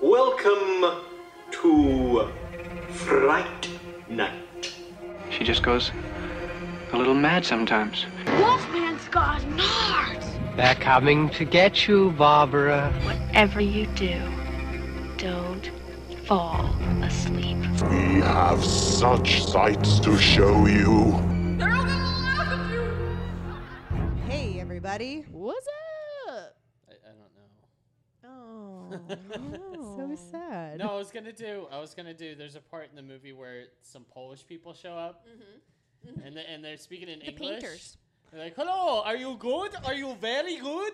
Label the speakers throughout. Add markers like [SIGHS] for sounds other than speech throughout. Speaker 1: Welcome to Fright Night.
Speaker 2: She just goes a little mad sometimes.
Speaker 3: Wolfman's got nards.
Speaker 4: They're coming to get you, Barbara.
Speaker 3: Whatever you do, don't fall asleep.
Speaker 5: We have such sights to show you.
Speaker 6: They're all gonna laugh at you.
Speaker 7: Hey, everybody.
Speaker 6: What's up?
Speaker 8: I, I don't
Speaker 7: Oh,
Speaker 6: no.
Speaker 7: so sad.
Speaker 8: know. No, I was gonna do. I was gonna do. There's a part in the movie where some Polish people show up, and they, and they're speaking in English.
Speaker 6: Mm-hmm. painters.
Speaker 8: They're like, "Hello, are you good? Are you very
Speaker 6: [LAUGHS]
Speaker 8: good?"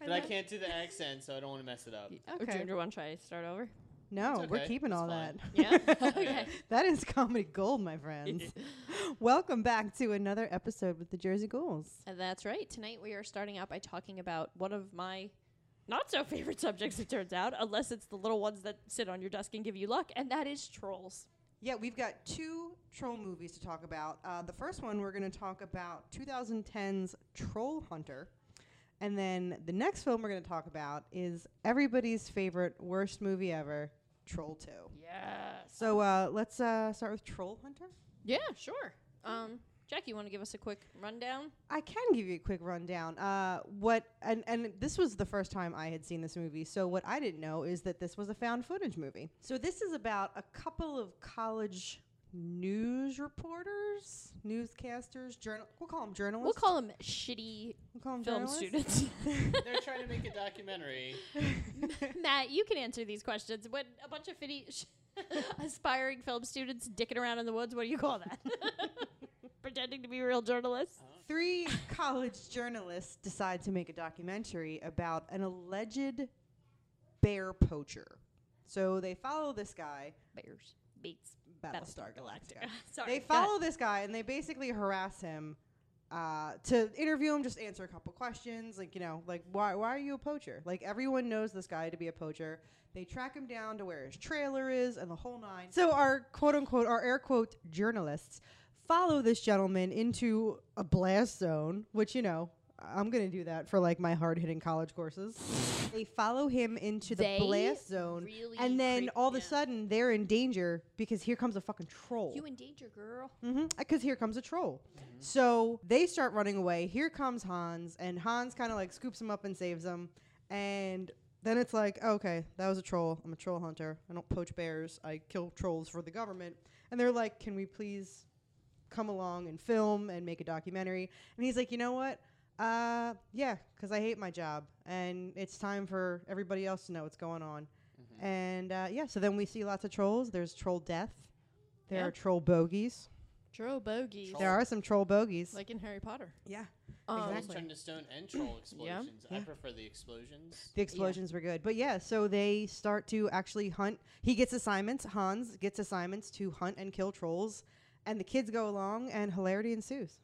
Speaker 8: But I can't do the accent, so I don't want to mess it up.
Speaker 6: Okay. Do
Speaker 7: Okay.
Speaker 6: you want to try to start over?
Speaker 7: No,
Speaker 8: It's
Speaker 7: we're
Speaker 8: okay.
Speaker 7: keeping
Speaker 8: It's
Speaker 7: all
Speaker 8: fine.
Speaker 7: [LAUGHS]
Speaker 8: [LAUGHS]
Speaker 7: that.
Speaker 6: Yeah? Okay.
Speaker 7: that is comedy gold, my friends. Welcome back to another episode with the Jersey Ghouls.
Speaker 6: Uh, That's right. Tonight we are starting out by talking about one of my not so [LAUGHS] favorite subjects, it turns out, unless it's the little ones that sit on your desk and give you luck, and that is trolls.
Speaker 7: Yeah, we've got two troll movies to talk about. Uh, the first one we're going to talk about 2010's Troll Hunter. And then the next film we're going to talk about is everybody's favorite worst movie ever, Troll 2.
Speaker 6: Yes.
Speaker 7: So uh, let's uh, start with Troll Hunter.
Speaker 6: Yeah, sure. Um, Jack, you want to give us a quick rundown?
Speaker 7: I can give you a quick rundown. Uh, what and and this was the first time I had seen this movie. So what I didn't know is that this was a found footage movie. So this is about a couple of college news reporters, newscasters, journal. We'll call them journalists.
Speaker 6: We'll call them shitty
Speaker 7: We'll call 'em
Speaker 6: film
Speaker 7: journalists.
Speaker 6: [LAUGHS] students.
Speaker 8: They're trying to make a documentary.
Speaker 6: Matt, you can answer these questions. When a bunch of fitty sh- [LAUGHS] aspiring film students dicking around in the woods, what do you call that? [LAUGHS] Pretending to be real journalists.
Speaker 7: [LAUGHS] Oh. Three college journalists decide to make a documentary about an alleged bear poacher. So they follow this guy,
Speaker 6: Bears. Beats.
Speaker 7: Battlestar Galactica.
Speaker 6: [LAUGHS] Sorry.
Speaker 7: they
Speaker 6: go ahead.
Speaker 7: follow this guy and they basically harass him uh, to interview him, just answer a couple questions, like you know, like why why are you a poacher? Like everyone knows this guy to be a poacher. They track him down to where his trailer is and the whole nine. So our quote unquote, our air quote journalists follow this gentleman into a blast zone, which you know. I'm gonna do that for like my hard hitting college courses. They follow him into the
Speaker 6: They
Speaker 7: blast zone,
Speaker 6: really
Speaker 7: and then
Speaker 6: creep-
Speaker 7: all of a
Speaker 6: yeah.
Speaker 7: sudden they're in danger because here comes a fucking troll.
Speaker 6: You in danger, girl.
Speaker 7: Because Mm-hmm. Uh, here comes a troll. So they start running away. Here comes Hans, and Hans kind of like scoops him up and saves him. And then it's like, okay, that was a troll. I'm a troll hunter. I don't poach bears. I kill trolls for the government. And they're like, can we please come along and film and make a documentary? And he's like, you know what? Uh, yeah, because I hate my job, and it's time for everybody else to know what's going on. And uh, yeah, so then we see lots of trolls. There's troll death. There
Speaker 6: Yeah.
Speaker 7: are troll bogeys.
Speaker 6: Troll bogeys.
Speaker 7: There are some troll bogeys.
Speaker 6: Like in Harry Potter.
Speaker 7: yeah.
Speaker 6: Um,
Speaker 8: Trolls
Speaker 7: Exactly.
Speaker 8: turned to stone and
Speaker 6: [CLEARS THROAT]
Speaker 8: troll explosions. I prefer the explosions.
Speaker 7: The explosions were good. But yeah, so they start to actually hunt. He gets assignments. Hans gets assignments to hunt and kill trolls. And the kids go along, and hilarity ensues.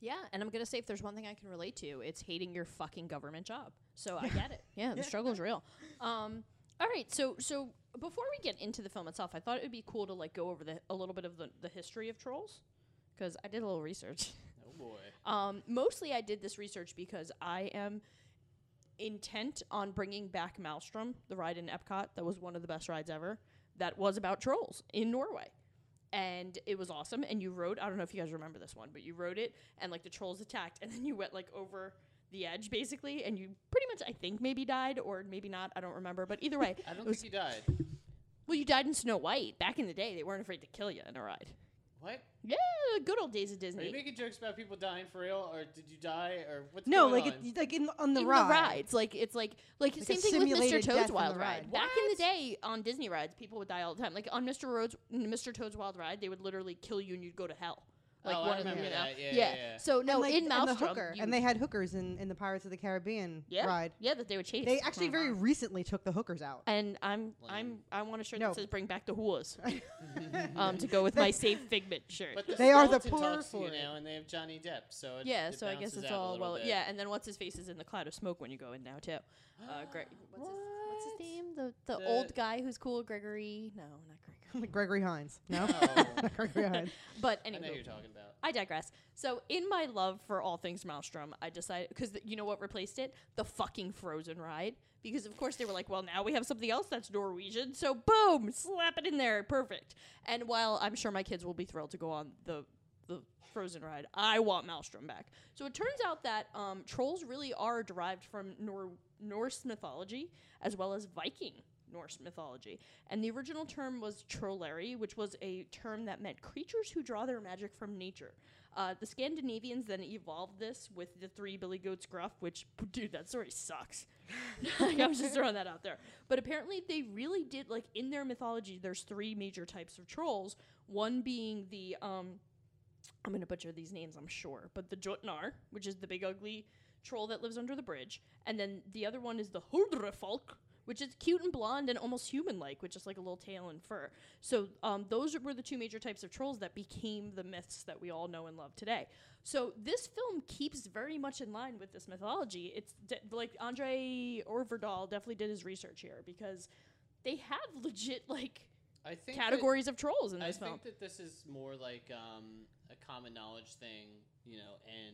Speaker 6: Yeah, and I'm gonna say if there's one thing I can relate to, it's hating your fucking government job. So I get it. [LAUGHS] Yeah, the struggle's real. Um, all right, so so before we get into the film itself, I thought it would be cool to like go over the a little bit of the, the history of trolls because I did a little research.
Speaker 8: Oh boy.
Speaker 6: [LAUGHS] Um, mostly, I did this research because I am intent on bringing back Maelstrom, the ride in Epcot that was one of the best rides ever. That was about trolls in Norway, and it was awesome. And you rode. I don't know if you guys remember this one, but you rode it, and like the trolls attacked, and then you went like over the edge basically, and you pretty much I think maybe died or maybe not. I don't remember, but either
Speaker 8: [LAUGHS]
Speaker 6: way,
Speaker 8: I
Speaker 6: it
Speaker 8: don't
Speaker 6: was-
Speaker 8: think he died.
Speaker 6: well, you died in Snow White. Back in the day, they weren't afraid to kill you in a ride.
Speaker 8: What?
Speaker 6: Yeah, good old days of
Speaker 8: Are
Speaker 6: Disney.
Speaker 8: you making jokes about people dying for real, or did you die, or what's
Speaker 7: No,
Speaker 8: going
Speaker 7: like
Speaker 8: on?
Speaker 7: it, like in the, on the
Speaker 6: in
Speaker 7: ride.
Speaker 6: the rides. Like it's like like,
Speaker 7: Like a
Speaker 6: same thing with Mr.
Speaker 7: simulated death
Speaker 6: Toad's
Speaker 7: in
Speaker 6: Wild
Speaker 7: the
Speaker 6: Ride.
Speaker 7: ride.
Speaker 6: Back in the day on Disney rides, people would die all the time. Like on Mr. Road's Mr. Toad's Wild Ride, they would literally kill you and you'd go to hell. Like
Speaker 8: Oh, I
Speaker 6: one of them,
Speaker 8: remember
Speaker 6: you know.
Speaker 8: that. Yeah, yeah, yeah.
Speaker 6: So
Speaker 7: And,
Speaker 6: no,
Speaker 7: like,
Speaker 6: in
Speaker 7: and
Speaker 6: Maelstrom,
Speaker 7: the hooker,
Speaker 6: you-
Speaker 7: and they had hookers in, in the Pirates of the Caribbean
Speaker 6: yeah,
Speaker 7: ride.
Speaker 6: Yeah, that they would chase.
Speaker 7: They actually very
Speaker 6: Mhm.
Speaker 7: recently took the hookers out.
Speaker 6: And I'm I'm I want a shirt
Speaker 7: No.
Speaker 6: that says "Bring back
Speaker 7: [LAUGHS]
Speaker 6: the hoolas," um, to go with my "Save Figment" shirt.
Speaker 8: But the
Speaker 7: They are the
Speaker 8: skeleton
Speaker 7: poor
Speaker 8: talks to you
Speaker 7: for it.
Speaker 8: now, and they have Johnny Depp. So it,
Speaker 6: yeah,
Speaker 8: it
Speaker 6: so I guess
Speaker 8: balances
Speaker 6: it's
Speaker 8: out a
Speaker 6: all
Speaker 8: little
Speaker 6: well.
Speaker 8: bit.
Speaker 6: Yeah, and then what's his face is in the cloud of smoke when you go in now too.
Speaker 8: [GASPS]
Speaker 6: Uh, Greg, what's his, what's his name? The, the old
Speaker 8: The-
Speaker 6: guy who's cool, Gregory. No, not Gregory.
Speaker 8: [LAUGHS]
Speaker 7: Gregory Hines. No?
Speaker 6: Oh.
Speaker 7: Not [LAUGHS] Gregory Hines.
Speaker 6: But
Speaker 8: I know
Speaker 6: anyway,
Speaker 8: who you're talking about.
Speaker 6: I digress. So, in my love for all things Maelstrom, I decided because you know what replaced it? The fucking Frozen ride. because of course they were like, well, now we have something else that's Norwegian, so boom, slap it in there, perfect. And while I'm sure my kids will be thrilled to go on the the Frozen ride, I want Maelstrom back. So it turns out that um, trolls really are derived from Nor- Norse mythology as well as Viking Norse mythology, and the original term was trolleri, which was a term that meant creatures who draw their magic from nature. Uh, the Scandinavians then evolved this with the three Billy Goats Gruff, which, dude, that story sucks. [LAUGHS] Like, I'm just throwing that out there. But apparently, they really did like in their mythology. There's three major types of trolls. One being the um, I'm gonna butcher these names, I'm sure, but the Jotnar, which is the big ugly troll that lives under the bridge, and then the other one is the Huldrefolk, which is cute and blonde and almost human-like, with just like a little tail and fur. So um, those were the two major types of trolls that became the myths that we all know and love today. So this film keeps very much in line with this mythology. It's de- like Andre Orverdahl definitely did his research here because they have legit like
Speaker 8: I think that-
Speaker 6: categories of trolls in
Speaker 8: I
Speaker 6: this film.
Speaker 8: think that this is more like um, a common knowledge thing, you know, in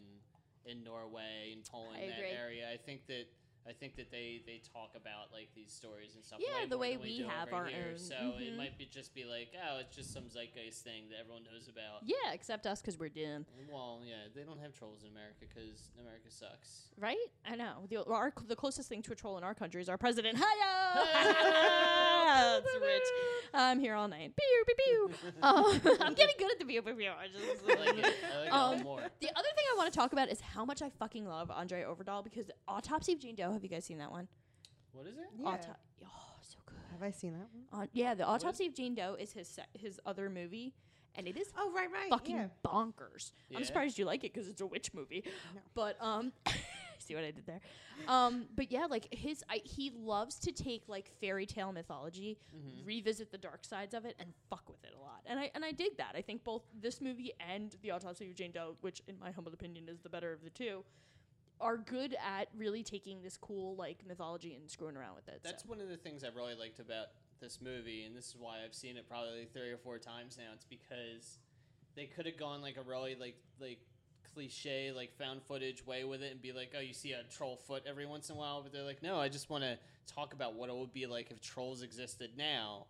Speaker 8: in Norway and Poland
Speaker 6: I
Speaker 8: that
Speaker 6: agree.
Speaker 8: area. I think that I think that they they talk about like these stories and stuff.
Speaker 6: Yeah,
Speaker 8: way
Speaker 6: the
Speaker 8: more
Speaker 6: way
Speaker 8: than
Speaker 6: we
Speaker 8: do
Speaker 6: have
Speaker 8: over
Speaker 6: our
Speaker 8: here.
Speaker 6: own.
Speaker 8: So
Speaker 6: Mhm.
Speaker 8: it might be just be like, oh, it's just some zeitgeist thing that everyone knows about.
Speaker 6: yeah, except us because we're dim.
Speaker 8: Well, yeah, they don't have trolls in America because
Speaker 6: [LAUGHS]
Speaker 8: America sucks.
Speaker 6: Right? I know. The, our, the closest thing to a troll in our country is our president. Hiya! That's rich. I'm here all night. Pew, pew, pew. um, [LAUGHS] I'm getting good at the pew, pew, pew. I just [LAUGHS]
Speaker 8: I like it. I like it a lot
Speaker 6: Um,
Speaker 8: more.
Speaker 6: The other thing I want to talk about is how much I fucking love Andre Overdahl because Autopsy of Jane Doe. Have you guys seen that one?
Speaker 8: What is it?
Speaker 7: Yeah.
Speaker 6: Auto- oh, so good.
Speaker 7: Have I seen that one?
Speaker 6: On- yeah, the Autopsy of Jane Doe is his se- his other movie, and it is
Speaker 7: Oh, right, right.
Speaker 6: [LAUGHS] fucking
Speaker 7: yeah.
Speaker 6: bonkers.
Speaker 8: Yeah.
Speaker 6: I'm surprised you like it because it's a witch movie. But um, [LAUGHS] see what I did there. Um, but yeah, like his, I, he loves to take like fairy tale mythology,
Speaker 8: Mm-hmm.
Speaker 6: revisit the dark sides of it, and fuck with it a lot. And I and I dig that. I think both this movie and the Autopsy of Jane Doe, which in my humble opinion is the better of the two. Are good at really taking this cool like mythology and screwing around with it.
Speaker 8: That's
Speaker 6: so.
Speaker 8: one of the things I really liked about this movie, and this is why I've seen it probably three or four times now. It's because they could have gone like a really like like cliche like found footage way with it and be like, oh, you see a troll foot every once in a while, but they're like, no, I just want to talk about what it would be like if trolls existed now,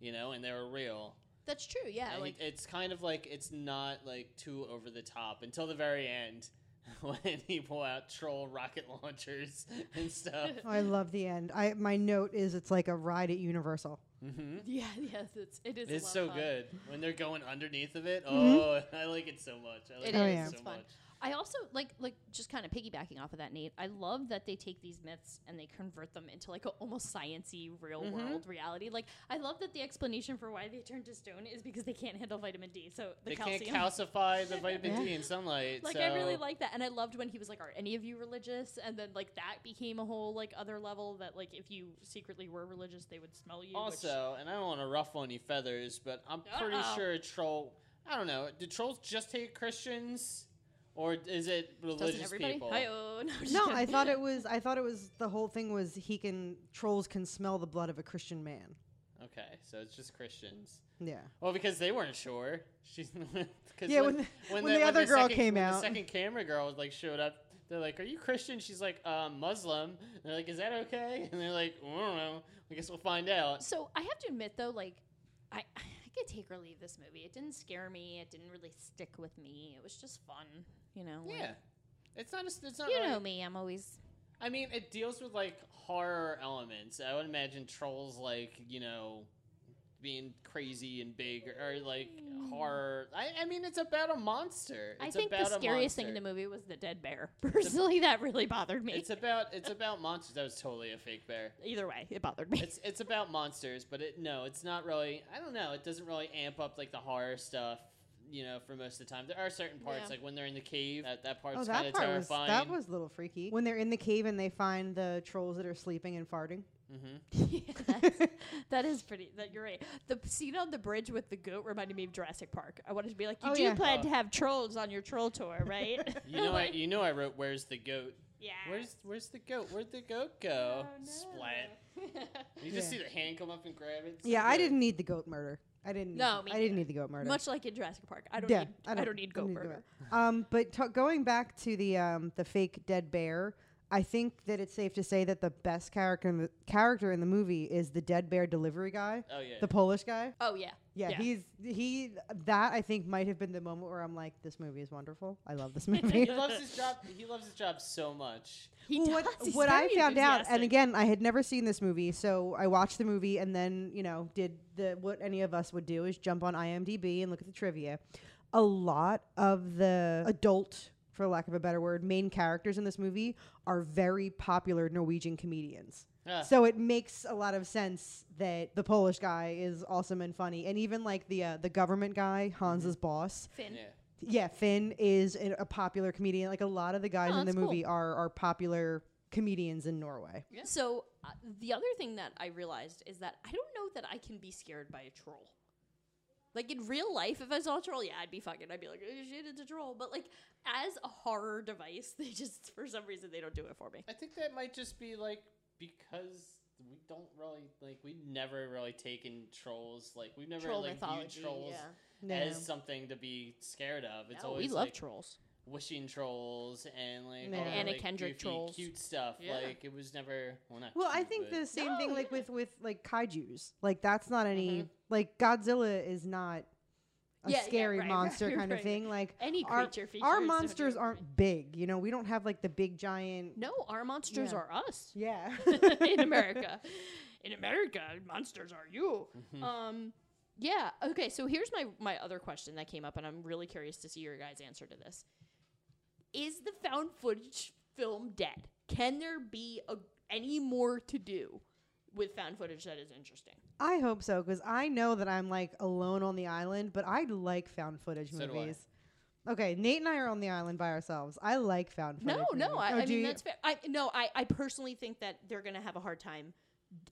Speaker 8: you know, and they were real.
Speaker 6: that's true. Yeah,
Speaker 8: And
Speaker 6: like
Speaker 8: it's kind of like it's not like too over the top until the very end. [LAUGHS] When he pull out troll rocket launchers and stuff,
Speaker 6: [LAUGHS]
Speaker 7: Oh, I love the end. I my note is it's like a ride at Universal.
Speaker 8: mm-hmm.
Speaker 6: yeah, [LAUGHS] yes, it's it is. a
Speaker 8: It's
Speaker 6: lot
Speaker 8: so
Speaker 6: of fun.
Speaker 8: good when they're going underneath of it. Oh, [LAUGHS] I like it so much. I like
Speaker 6: It
Speaker 8: it,
Speaker 6: is.
Speaker 7: yeah.
Speaker 8: so
Speaker 6: It's fun.
Speaker 8: much.
Speaker 6: I also like like just kind of piggybacking off of that, Nate. I love that they take these myths and they convert them into like a almost sciency real
Speaker 8: Mm-hmm.
Speaker 6: world reality. Like I love that the explanation for why they turn to stone is because they can't handle vitamin D, so the
Speaker 8: They
Speaker 6: calcium.
Speaker 8: can't calcify the vitamin D in sunlight.
Speaker 6: [LAUGHS] like
Speaker 8: so
Speaker 6: I really like that, and I loved when he was like, "Are any of you religious?" And then like that became a whole like other level that like if you secretly were religious, they would smell you. which-
Speaker 8: Also, and I don't want to ruffle any feathers, but I'm pretty
Speaker 6: Uh-oh.
Speaker 8: sure a troll. I don't know. Do trolls just hate Christians, or is it
Speaker 6: doesn't
Speaker 8: religious
Speaker 6: everybody?
Speaker 8: people?
Speaker 6: Hi-oh. [LAUGHS] No, I'm just
Speaker 7: No,
Speaker 6: kidding.
Speaker 7: I thought it was. I thought it was the whole thing was he can trolls can smell the blood of a Christian man.
Speaker 8: Okay, so it's just Christians.
Speaker 7: Yeah.
Speaker 8: Well, because they weren't sure. She's [LAUGHS] cause
Speaker 7: Yeah, when the- when the other girl
Speaker 8: second,
Speaker 7: came
Speaker 8: when
Speaker 7: out.
Speaker 8: the second camera girl like showed up. They're like, "Are you Christian?" She's like, um, "Muslim." And they're like, "Is that okay?" [LAUGHS] And they're like, "I don't know. I guess we'll find out."
Speaker 3: So I have to admit, though, like
Speaker 6: [SIGHS]
Speaker 3: I, I could take or leave this movie. It didn't scare me. It didn't really stick with me. It was just fun, you know. like-
Speaker 8: Yeah, it's not. A, it's not.
Speaker 3: You
Speaker 8: really-
Speaker 3: know me. I'm always
Speaker 8: I mean, it deals with like horror elements. I would imagine trolls like you know being crazy and big or like horror. I, I mean, it's about a monster.
Speaker 3: Hmm. I
Speaker 8: It's
Speaker 3: think the
Speaker 8: about a
Speaker 3: scariest thing in
Speaker 8: monster.
Speaker 3: the movie was the dead bear. Personally, that really bothered me.
Speaker 8: It's about it's about monsters. That was totally a fake bear.
Speaker 6: either way, it bothered me.
Speaker 8: It's it's about monsters, but it no, it's not really. I don't know. It doesn't really amp up like the horror stuff. You know, for most of the time, there are certain parts
Speaker 6: Yeah.
Speaker 8: like when they're in the cave. That that part's
Speaker 7: Oh,
Speaker 8: kind
Speaker 7: that
Speaker 8: of
Speaker 7: part
Speaker 8: terrifying.
Speaker 7: was that was a little freaky. When they're in the cave and they find the trolls that are sleeping and farting.
Speaker 6: [LAUGHS] Yeah, that's- that is pretty. That you're right. The scene on the bridge with the goat reminded me of Jurassic Park. I wanted to be like, you
Speaker 7: Oh,
Speaker 6: do
Speaker 7: yeah.
Speaker 6: plan to have trolls on your troll tour, right?
Speaker 8: You know, I
Speaker 7: [LAUGHS]
Speaker 8: you know, I wrote where's the goat.
Speaker 6: yeah.
Speaker 8: Where's where's the goat? Where'd the goat go?
Speaker 6: Oh, no. [LAUGHS]
Speaker 8: Splat. You just see the hand come up and grab it. It's
Speaker 7: Yeah, I
Speaker 8: good.
Speaker 7: didn't need the goat murder. I didn't. Need
Speaker 6: No,
Speaker 7: the-
Speaker 6: me
Speaker 7: I didn't
Speaker 6: neither.
Speaker 7: need the goat murder.
Speaker 6: Much like in Jurassic Park, I don't
Speaker 7: yeah,
Speaker 6: need. I don't, need goat murder.
Speaker 7: that. Um, but t- going back to the um, the fake dead bear, I think that it's safe to say that the best character in the, character in the movie is the dead bear delivery guy,
Speaker 8: Oh yeah.
Speaker 7: the Polish guy.
Speaker 3: Oh yeah.
Speaker 7: Yeah,
Speaker 6: Yeah.
Speaker 7: he's he. That I think might have been the moment where I'm like, this movie is wonderful. I love this movie.
Speaker 8: he loves his job. He loves his job so much.
Speaker 6: He
Speaker 7: Well, what
Speaker 6: does. He's
Speaker 7: what I
Speaker 6: very
Speaker 7: found out, and
Speaker 6: enthusiastic.
Speaker 7: again, I had never seen this movie, so I watched the movie and then, you know, did the what any of us would do is jump on IMDb and look at the trivia. A lot of the adult, for lack of a better word, main characters in this movie are very popular Norwegian comedians.
Speaker 8: Ah.
Speaker 7: So it makes a lot of sense that the Polish guy is awesome and funny, and even like the uh, the government guy,
Speaker 6: Mm-hmm.
Speaker 7: Hans's boss,
Speaker 3: Finn.
Speaker 8: Yeah.
Speaker 7: yeah, Finn is an, a popular comedian. Like a lot of the guys in
Speaker 6: Oh,
Speaker 7: the
Speaker 6: that's cool.
Speaker 7: movie are are popular comedians in Norway.
Speaker 6: So uh, the other thing that I realized is that I don't know that I can be scared by a troll. Like in real life, if I saw a troll, yeah, I'd be fucking. I'd be like, oh, shit, it's a troll. But like as a horror device, [LAUGHS] they just for some reason they don't do it for me.
Speaker 8: I think that might just be like because we don't really like we never really taken trolls like we've never
Speaker 6: Troll
Speaker 8: like
Speaker 6: mythology,
Speaker 8: viewed trolls
Speaker 6: yeah.
Speaker 7: No.
Speaker 8: as something to be scared of. It's
Speaker 6: No,
Speaker 8: always
Speaker 6: we love
Speaker 8: like,
Speaker 6: trolls.
Speaker 8: wishing trolls and like
Speaker 7: No.
Speaker 8: all
Speaker 7: Anna
Speaker 8: like,
Speaker 6: Kendrick
Speaker 8: goofy,
Speaker 6: trolls.
Speaker 8: cute stuff.
Speaker 6: Yeah.
Speaker 8: Like it was never well not.
Speaker 7: Well, I
Speaker 8: cute,
Speaker 7: think
Speaker 8: but-
Speaker 7: the same
Speaker 6: No,
Speaker 7: thing like
Speaker 6: yeah.
Speaker 7: with with like kaiju's. Like that's not any like Godzilla is not a
Speaker 6: Yeah, yeah,
Speaker 7: scary
Speaker 6: right, [LAUGHS]
Speaker 7: monster
Speaker 6: right,
Speaker 7: kind of
Speaker 6: right.
Speaker 7: thing. Like
Speaker 6: Any
Speaker 7: our-
Speaker 6: creature feature.
Speaker 7: our
Speaker 6: is so
Speaker 7: monsters
Speaker 6: different.
Speaker 7: aren't big. You know, we don't have like the big
Speaker 6: [LAUGHS]
Speaker 7: giant.
Speaker 6: No, our monsters
Speaker 7: Yeah.
Speaker 6: are us.
Speaker 7: Yeah.
Speaker 6: [LAUGHS] in America. In America, monsters are you.
Speaker 7: Mm-hmm.
Speaker 6: Um, yeah. Okay. So here's my my other question that came up, and I'm really curious to see your guys' answer to this. Is the found footage film dead? Can there be a, any more to do with found footage that is interesting?
Speaker 7: I hope so because I know that I'm like alone on the island, but I like found footage
Speaker 8: So do I.
Speaker 7: movies. Okay, Nate and I are on the island by ourselves. I like found footage.
Speaker 6: No, no.
Speaker 7: movies.
Speaker 6: I,
Speaker 7: Oh,
Speaker 6: I
Speaker 7: do
Speaker 6: mean,
Speaker 7: you-
Speaker 6: that's fair. I no. I I personally think that they're gonna have a hard time.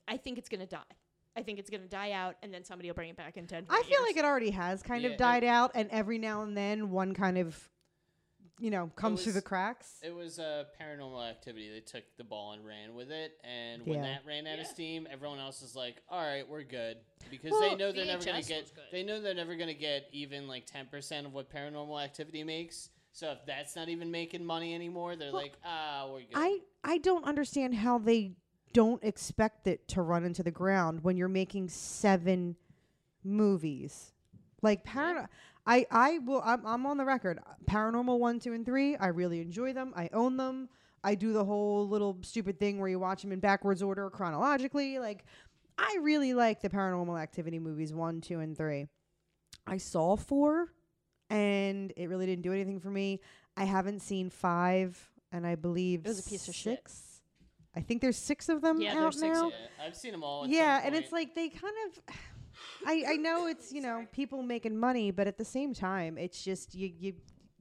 Speaker 6: I think it's gonna die. I think it's gonna die out, and then somebody will bring it back in ten.
Speaker 7: I
Speaker 6: 20
Speaker 7: feel
Speaker 6: years.
Speaker 7: like it already has kind
Speaker 8: Yeah,
Speaker 7: of died out, and every now and then one kind of, you know, comes through
Speaker 8: was-
Speaker 7: the cracks.
Speaker 8: It was a paranormal activity. They took the ball and ran with it, and when
Speaker 7: Yeah.
Speaker 8: that ran out of steam, everyone else is like, "All right, we're good," because
Speaker 7: Well,
Speaker 8: they know they're never
Speaker 6: VHS
Speaker 8: gonna
Speaker 6: was
Speaker 8: get.
Speaker 6: good.
Speaker 8: They know they're never gonna get even like ten percent of what paranormal activity makes. So if that's not even making money anymore, they're like, "Ah, we're good."
Speaker 7: I I don't understand how they don't expect it to run into the ground when you're making seven movies. Like paran I I will I'm, I'm on the record. Paranormal 1, 2 and 3, I really enjoy them. I own them. I do the whole little stupid thing where you watch them in backwards order chronologically like I really like the paranormal activity movies 1, 2 and 3. I saw 4 and it really didn't do anything for me. I haven't seen 5 and I believe
Speaker 6: It was a piece of shit.
Speaker 7: 6. I think there's 6 of them
Speaker 6: Yeah,
Speaker 7: out
Speaker 6: there's six,
Speaker 7: now
Speaker 8: yeah, I've seen them all. at some
Speaker 7: yeah and
Speaker 8: point.
Speaker 7: it's like they kind of [SIGHS] I, I know it's you know people making money but at the same time it's just you you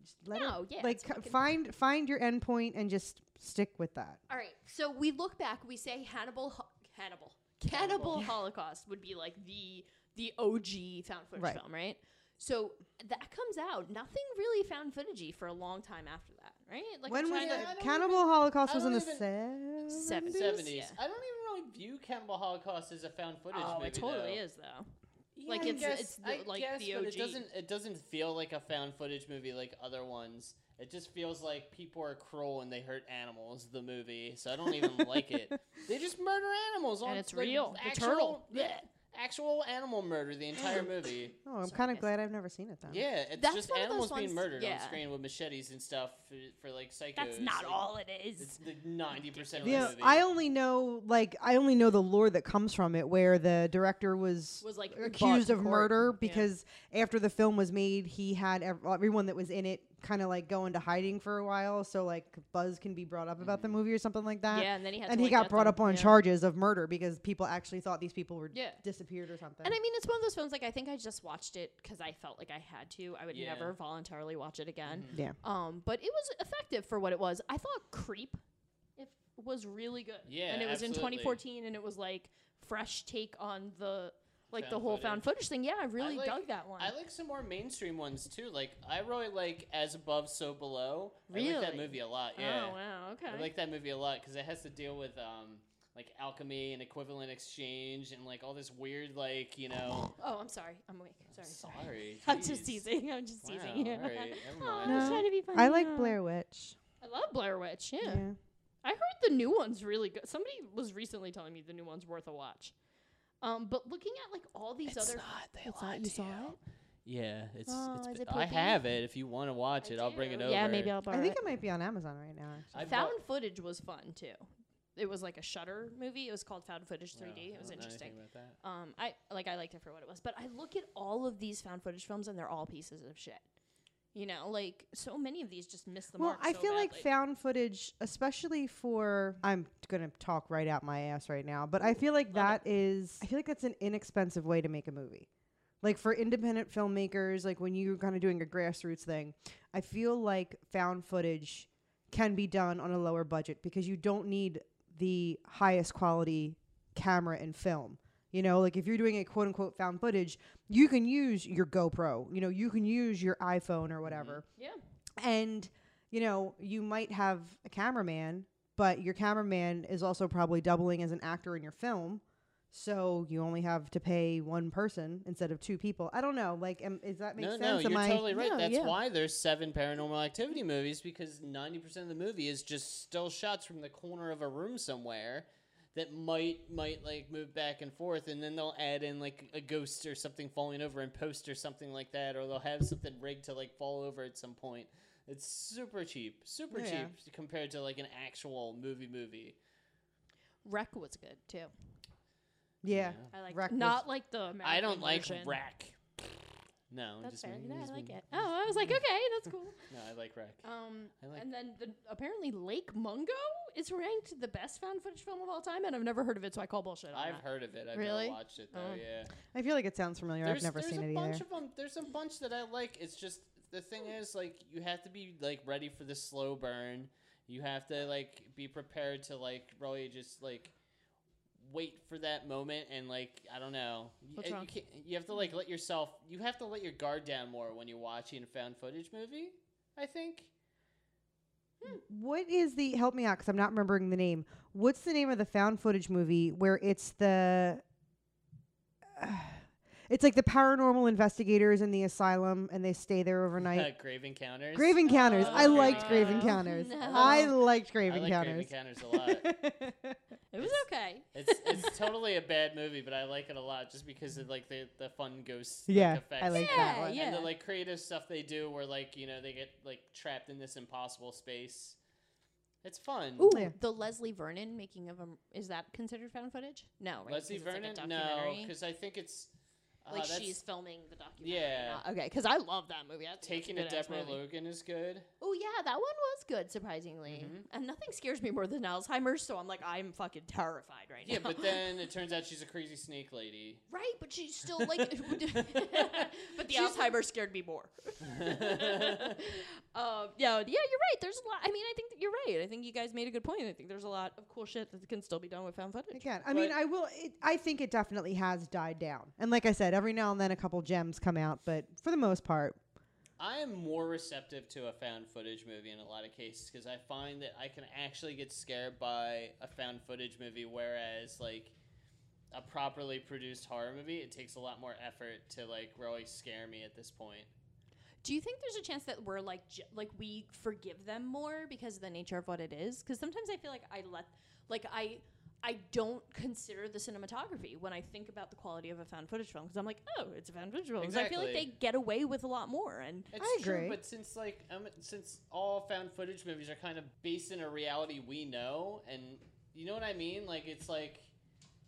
Speaker 7: just let
Speaker 6: No,
Speaker 7: it
Speaker 6: yeah,
Speaker 7: like
Speaker 6: it's
Speaker 7: c-
Speaker 6: fucking-
Speaker 7: find find your end point and just stick with that
Speaker 6: All right. So we look back. We say Hannibal, Ho- Hannibal, Cannibal Holocaust would be like the the OG found footage
Speaker 7: Right.
Speaker 6: film, right? So that comes out. Nothing really found footagey for a long time after that, right? Like I'm
Speaker 7: when was
Speaker 6: trying
Speaker 8: China-
Speaker 7: it?
Speaker 8: I don't
Speaker 7: cannibal
Speaker 8: even-
Speaker 7: holocaust
Speaker 8: I
Speaker 7: was in the
Speaker 8: don't
Speaker 7: seven
Speaker 6: Seventies.
Speaker 8: seventies.
Speaker 6: Yeah.
Speaker 8: I don't even really view Cannibal Holocaust as a found footage.
Speaker 6: Oh,
Speaker 8: movie,
Speaker 6: it totally
Speaker 8: though.
Speaker 6: is though. Like,
Speaker 8: I
Speaker 6: it's-
Speaker 8: guess-
Speaker 6: it's the-
Speaker 8: I
Speaker 6: like,
Speaker 8: guess,
Speaker 6: the
Speaker 8: but
Speaker 6: OG.
Speaker 8: it doesn't it doesn't feel like a found footage movie like other ones. It just feels like people are cruel and they hurt animals. The movie, so I don't even
Speaker 6: [LAUGHS]
Speaker 8: like it. They just murder animals, on,
Speaker 6: And it's
Speaker 8: like,
Speaker 6: real. The
Speaker 8: Actual, [LAUGHS]
Speaker 6: turtle.
Speaker 8: yeah, actual animal murder.
Speaker 6: [LAUGHS]
Speaker 8: The entire movie.
Speaker 7: oh i'm
Speaker 6: Sorry,
Speaker 7: kind of
Speaker 6: guys.
Speaker 7: glad i've never seen it then
Speaker 8: Yeah, it's
Speaker 6: That's
Speaker 8: just
Speaker 6: one of those
Speaker 8: animals being
Speaker 6: ones-
Speaker 8: murdered
Speaker 6: yeah.
Speaker 8: on screen with machetes and stuff for, for like psychos.
Speaker 6: That's not
Speaker 8: like,
Speaker 6: all it is.
Speaker 8: It's the ninety percent of the
Speaker 7: Yeah,
Speaker 8: movie.
Speaker 7: uh, I only know like I only know the lore that comes from it, where the director was
Speaker 6: Was, like, bought
Speaker 7: accused
Speaker 6: to
Speaker 7: of
Speaker 6: court.
Speaker 7: murder
Speaker 6: Yeah.
Speaker 7: because after the film was made, he had ev- everyone that was in it kind of like go into hiding for a while, so like buzz can be brought up about the movie or something like that.
Speaker 6: Mm-hmm. Yeah, and then he had
Speaker 7: and
Speaker 6: to,
Speaker 7: he
Speaker 6: like,
Speaker 7: got
Speaker 6: get
Speaker 7: brought
Speaker 6: them.
Speaker 7: up on
Speaker 6: Yeah.
Speaker 7: charges of murder because people actually thought these people were
Speaker 6: Yeah.
Speaker 7: disappeared or something.
Speaker 6: And I mean, it's one of those films. Like I think I just watched it because I felt like I had to. I would
Speaker 8: Yeah. Mm-hmm.
Speaker 6: never voluntarily watch it again.
Speaker 7: yeah,
Speaker 6: Um, but it was effective for what it was. I thought Creep if, was really good.
Speaker 8: Yeah,
Speaker 6: and it was in
Speaker 8: absolutely.
Speaker 6: 2014, and it was like fresh take on the like the
Speaker 8: Found
Speaker 6: whole found footage thing. Yeah, I
Speaker 8: I
Speaker 6: really
Speaker 8: like-
Speaker 6: dug that one.
Speaker 8: I like some more mainstream ones too. Like I really like As Above, So Below. I like that
Speaker 6: Really?
Speaker 8: movie a lot. Yeah,
Speaker 6: Oh wow, okay.
Speaker 8: I like that movie a lot because it has to deal with um like alchemy and equivalent exchange and like all this weird like
Speaker 6: [GASPS]
Speaker 8: you know.
Speaker 6: oh, I'm sorry. I'm awake. Sorry. sorry.
Speaker 8: Sorry,
Speaker 6: [LAUGHS] I'm just
Speaker 8: jeez.
Speaker 6: teasing. I'm just
Speaker 8: Wow,
Speaker 6: teasing you.
Speaker 8: all right, never
Speaker 6: [LAUGHS] Oh, I'm
Speaker 8: mind.
Speaker 6: just
Speaker 7: No,
Speaker 6: trying to be funny.
Speaker 7: I like
Speaker 6: yeah.
Speaker 7: Blair Witch.
Speaker 6: I love Blair Witch. Yeah.
Speaker 7: Yeah.
Speaker 6: I heard the new one's really good. Somebody was recently telling me the new one's worth a watch. Um, but looking at like all these other,
Speaker 8: They
Speaker 6: It's not- you saw it.
Speaker 8: Yeah, it's.
Speaker 3: Oh,
Speaker 8: it's
Speaker 3: is
Speaker 8: b-
Speaker 3: it
Speaker 8: I
Speaker 3: poopy?
Speaker 8: have it. If you want to watch
Speaker 3: I
Speaker 8: it, I'll bring
Speaker 3: do.
Speaker 8: it over.
Speaker 6: Yeah, maybe I'll borrow
Speaker 7: I think
Speaker 6: it.
Speaker 7: it might be on Amazon right now. Actually.
Speaker 8: I bought-
Speaker 6: Found footage was fun too. It was like a Shutter movie. It was called Found Footage 3D.
Speaker 8: I
Speaker 6: it was
Speaker 8: don't know
Speaker 6: interesting.
Speaker 8: anything about that.
Speaker 6: Um, I like I liked it for what it was, but I look at all of these found footage films and they're all pieces of shit. You know, like so many of these just miss the
Speaker 7: Well,
Speaker 6: mark.
Speaker 7: I
Speaker 6: so
Speaker 7: feel like
Speaker 6: badly.
Speaker 7: found footage, especially for I'm gonna talk right out my ass right now, but I feel like that is I feel like that's an inexpensive way to make a movie. Like for independent filmmakers, like when you're kind of doing a grassroots thing, I feel like found footage can be done on a lower budget because you don't need the highest quality camera and film. You know, like if you're doing a quote unquote found footage, you can use your GoPro, you know, you can use your iPhone or whatever
Speaker 6: yeah.
Speaker 7: and you know you might have a cameraman but your cameraman is also probably doubling as an actor in your film so you only have to pay one person instead of two people i don't know like am, is that make
Speaker 8: No,
Speaker 7: sense
Speaker 8: no,
Speaker 7: am
Speaker 8: you're
Speaker 7: I-
Speaker 8: totally right.
Speaker 6: No,
Speaker 8: That's
Speaker 6: yeah.
Speaker 8: why there's seven paranormal activity movies because 90% of the movie is just still shots from the corner of a room somewhere that might might like move back and forth and then they'll add in like a ghost or something falling over in post or something like that or they'll have something rigged to like fall over at some point. It's super cheap, super
Speaker 7: Yeah.
Speaker 8: cheap compared to like an actual movie movie.
Speaker 6: Wreck was good too.
Speaker 7: yeah
Speaker 6: I like
Speaker 7: Wreck was-
Speaker 6: not like the American
Speaker 8: I don't like
Speaker 6: version.
Speaker 8: Rack. No,
Speaker 6: That's
Speaker 8: just
Speaker 6: fair.
Speaker 8: me-
Speaker 6: Yeah, I
Speaker 8: just
Speaker 6: like
Speaker 8: me. [LAUGHS]
Speaker 6: it. Oh, I was like, okay, that's cool.
Speaker 8: No, I like Rack.
Speaker 6: Um,
Speaker 8: I like-
Speaker 6: and then the, apparently Lake Mungo is ranked the best found footage film of all time, and I've never heard of it, so I call bullshit on
Speaker 8: I've
Speaker 6: that.
Speaker 8: heard of it. I've
Speaker 6: Really?
Speaker 8: never watched it though.
Speaker 6: Oh.
Speaker 8: Yeah.
Speaker 7: i feel like it sounds familiar i've never
Speaker 8: there's
Speaker 7: seen
Speaker 8: a
Speaker 7: it
Speaker 8: bunch
Speaker 7: either
Speaker 8: of 'em- There's a bunch that I like. It's just the thing is like you have to be like ready for the slow burn. You have to like be prepared to like really just like wait for that moment and like I don't know. You-
Speaker 6: What's
Speaker 8: you,
Speaker 6: wrong?
Speaker 8: can't- you have to like let yourself. You have to let your guard down more when you're watching a found footage movie. I think.
Speaker 7: what is the help me out because i'm not remembering the name what's the name of the found footage movie where it's the [SIGHS] it's like the paranormal investigators in the asylum and they stay there overnight
Speaker 8: Uh, Grave Encounters.
Speaker 7: Grave Encounters. I
Speaker 8: Oh,
Speaker 7: liked Grave
Speaker 8: no.
Speaker 7: Encounters. I
Speaker 6: No.
Speaker 7: liked Grave
Speaker 8: I like
Speaker 7: Encounters.
Speaker 8: Grave Encounters
Speaker 7: [LAUGHS]
Speaker 8: a lot.
Speaker 6: It was okay.
Speaker 8: it's it's totally a bad movie, but I like it a lot just because of like the the fun ghost like,
Speaker 7: Yeah, I
Speaker 8: effects.
Speaker 7: like
Speaker 8: and-
Speaker 7: that
Speaker 6: Yeah,
Speaker 7: one.
Speaker 6: yeah.
Speaker 8: And the like creative stuff they do, where like you know they get like trapped in this impossible space. It's fun.
Speaker 6: Ooh,
Speaker 7: Yeah.
Speaker 6: the Leslie Vernon making of a is that considered found footage? No, right?
Speaker 8: Leslie
Speaker 6: 'Cause it's
Speaker 8: Vernon,
Speaker 6: like a
Speaker 8: no,
Speaker 6: documentary.
Speaker 8: because I think it's uh,
Speaker 6: like
Speaker 8: that's-
Speaker 6: she's filming the documentary.
Speaker 8: Yeah.
Speaker 6: not- okay, because I love that movie. That's
Speaker 8: taking a
Speaker 6: a
Speaker 8: Deborah
Speaker 6: movie.
Speaker 8: Logan is good.
Speaker 6: [LAUGHS] Oh yeah, that one was good, surprisingly.
Speaker 8: Mm-hmm.
Speaker 6: And nothing scares me more than Alzheimer's, so I'm like, I'm fucking terrified right
Speaker 8: Yeah,
Speaker 6: now.
Speaker 8: but then it turns out she's a crazy snake lady.
Speaker 6: [LAUGHS]
Speaker 8: [LAUGHS]
Speaker 6: right, but she's still like, [LAUGHS] but the Alzheimer's scared me
Speaker 8: [LAUGHS]
Speaker 6: more. [LAUGHS] um, yeah, yeah, you're right. There's a lot. I mean, I think that you're right. I think you guys made a good point. I think there's a lot of cool shit that can still be done with found footage.
Speaker 7: Again, I mean,
Speaker 8: But-
Speaker 7: I will. It, I think it definitely has died down. And like I said, every now and then a couple gems come out, but for the most part,
Speaker 8: I am more receptive to a found footage movie in a lot of cases because I find that I can actually get scared by a found footage movie, whereas like a properly produced horror movie, it takes a lot more effort to like really scare me at this point.
Speaker 6: Do you think there's a chance that we're like j- like we forgive them more because of the nature of what it is? Because sometimes I feel like I let like I I don't consider the cinematography when I think about the quality of a found footage film because I'm like oh it's a found footage film. 'Cause I feel like they
Speaker 8: Exactly.
Speaker 6: get away with a lot more and
Speaker 8: It's
Speaker 7: I agree.
Speaker 8: true, but since like um, since all found footage movies are kind of based in a reality we know, and you know what I mean, like it's like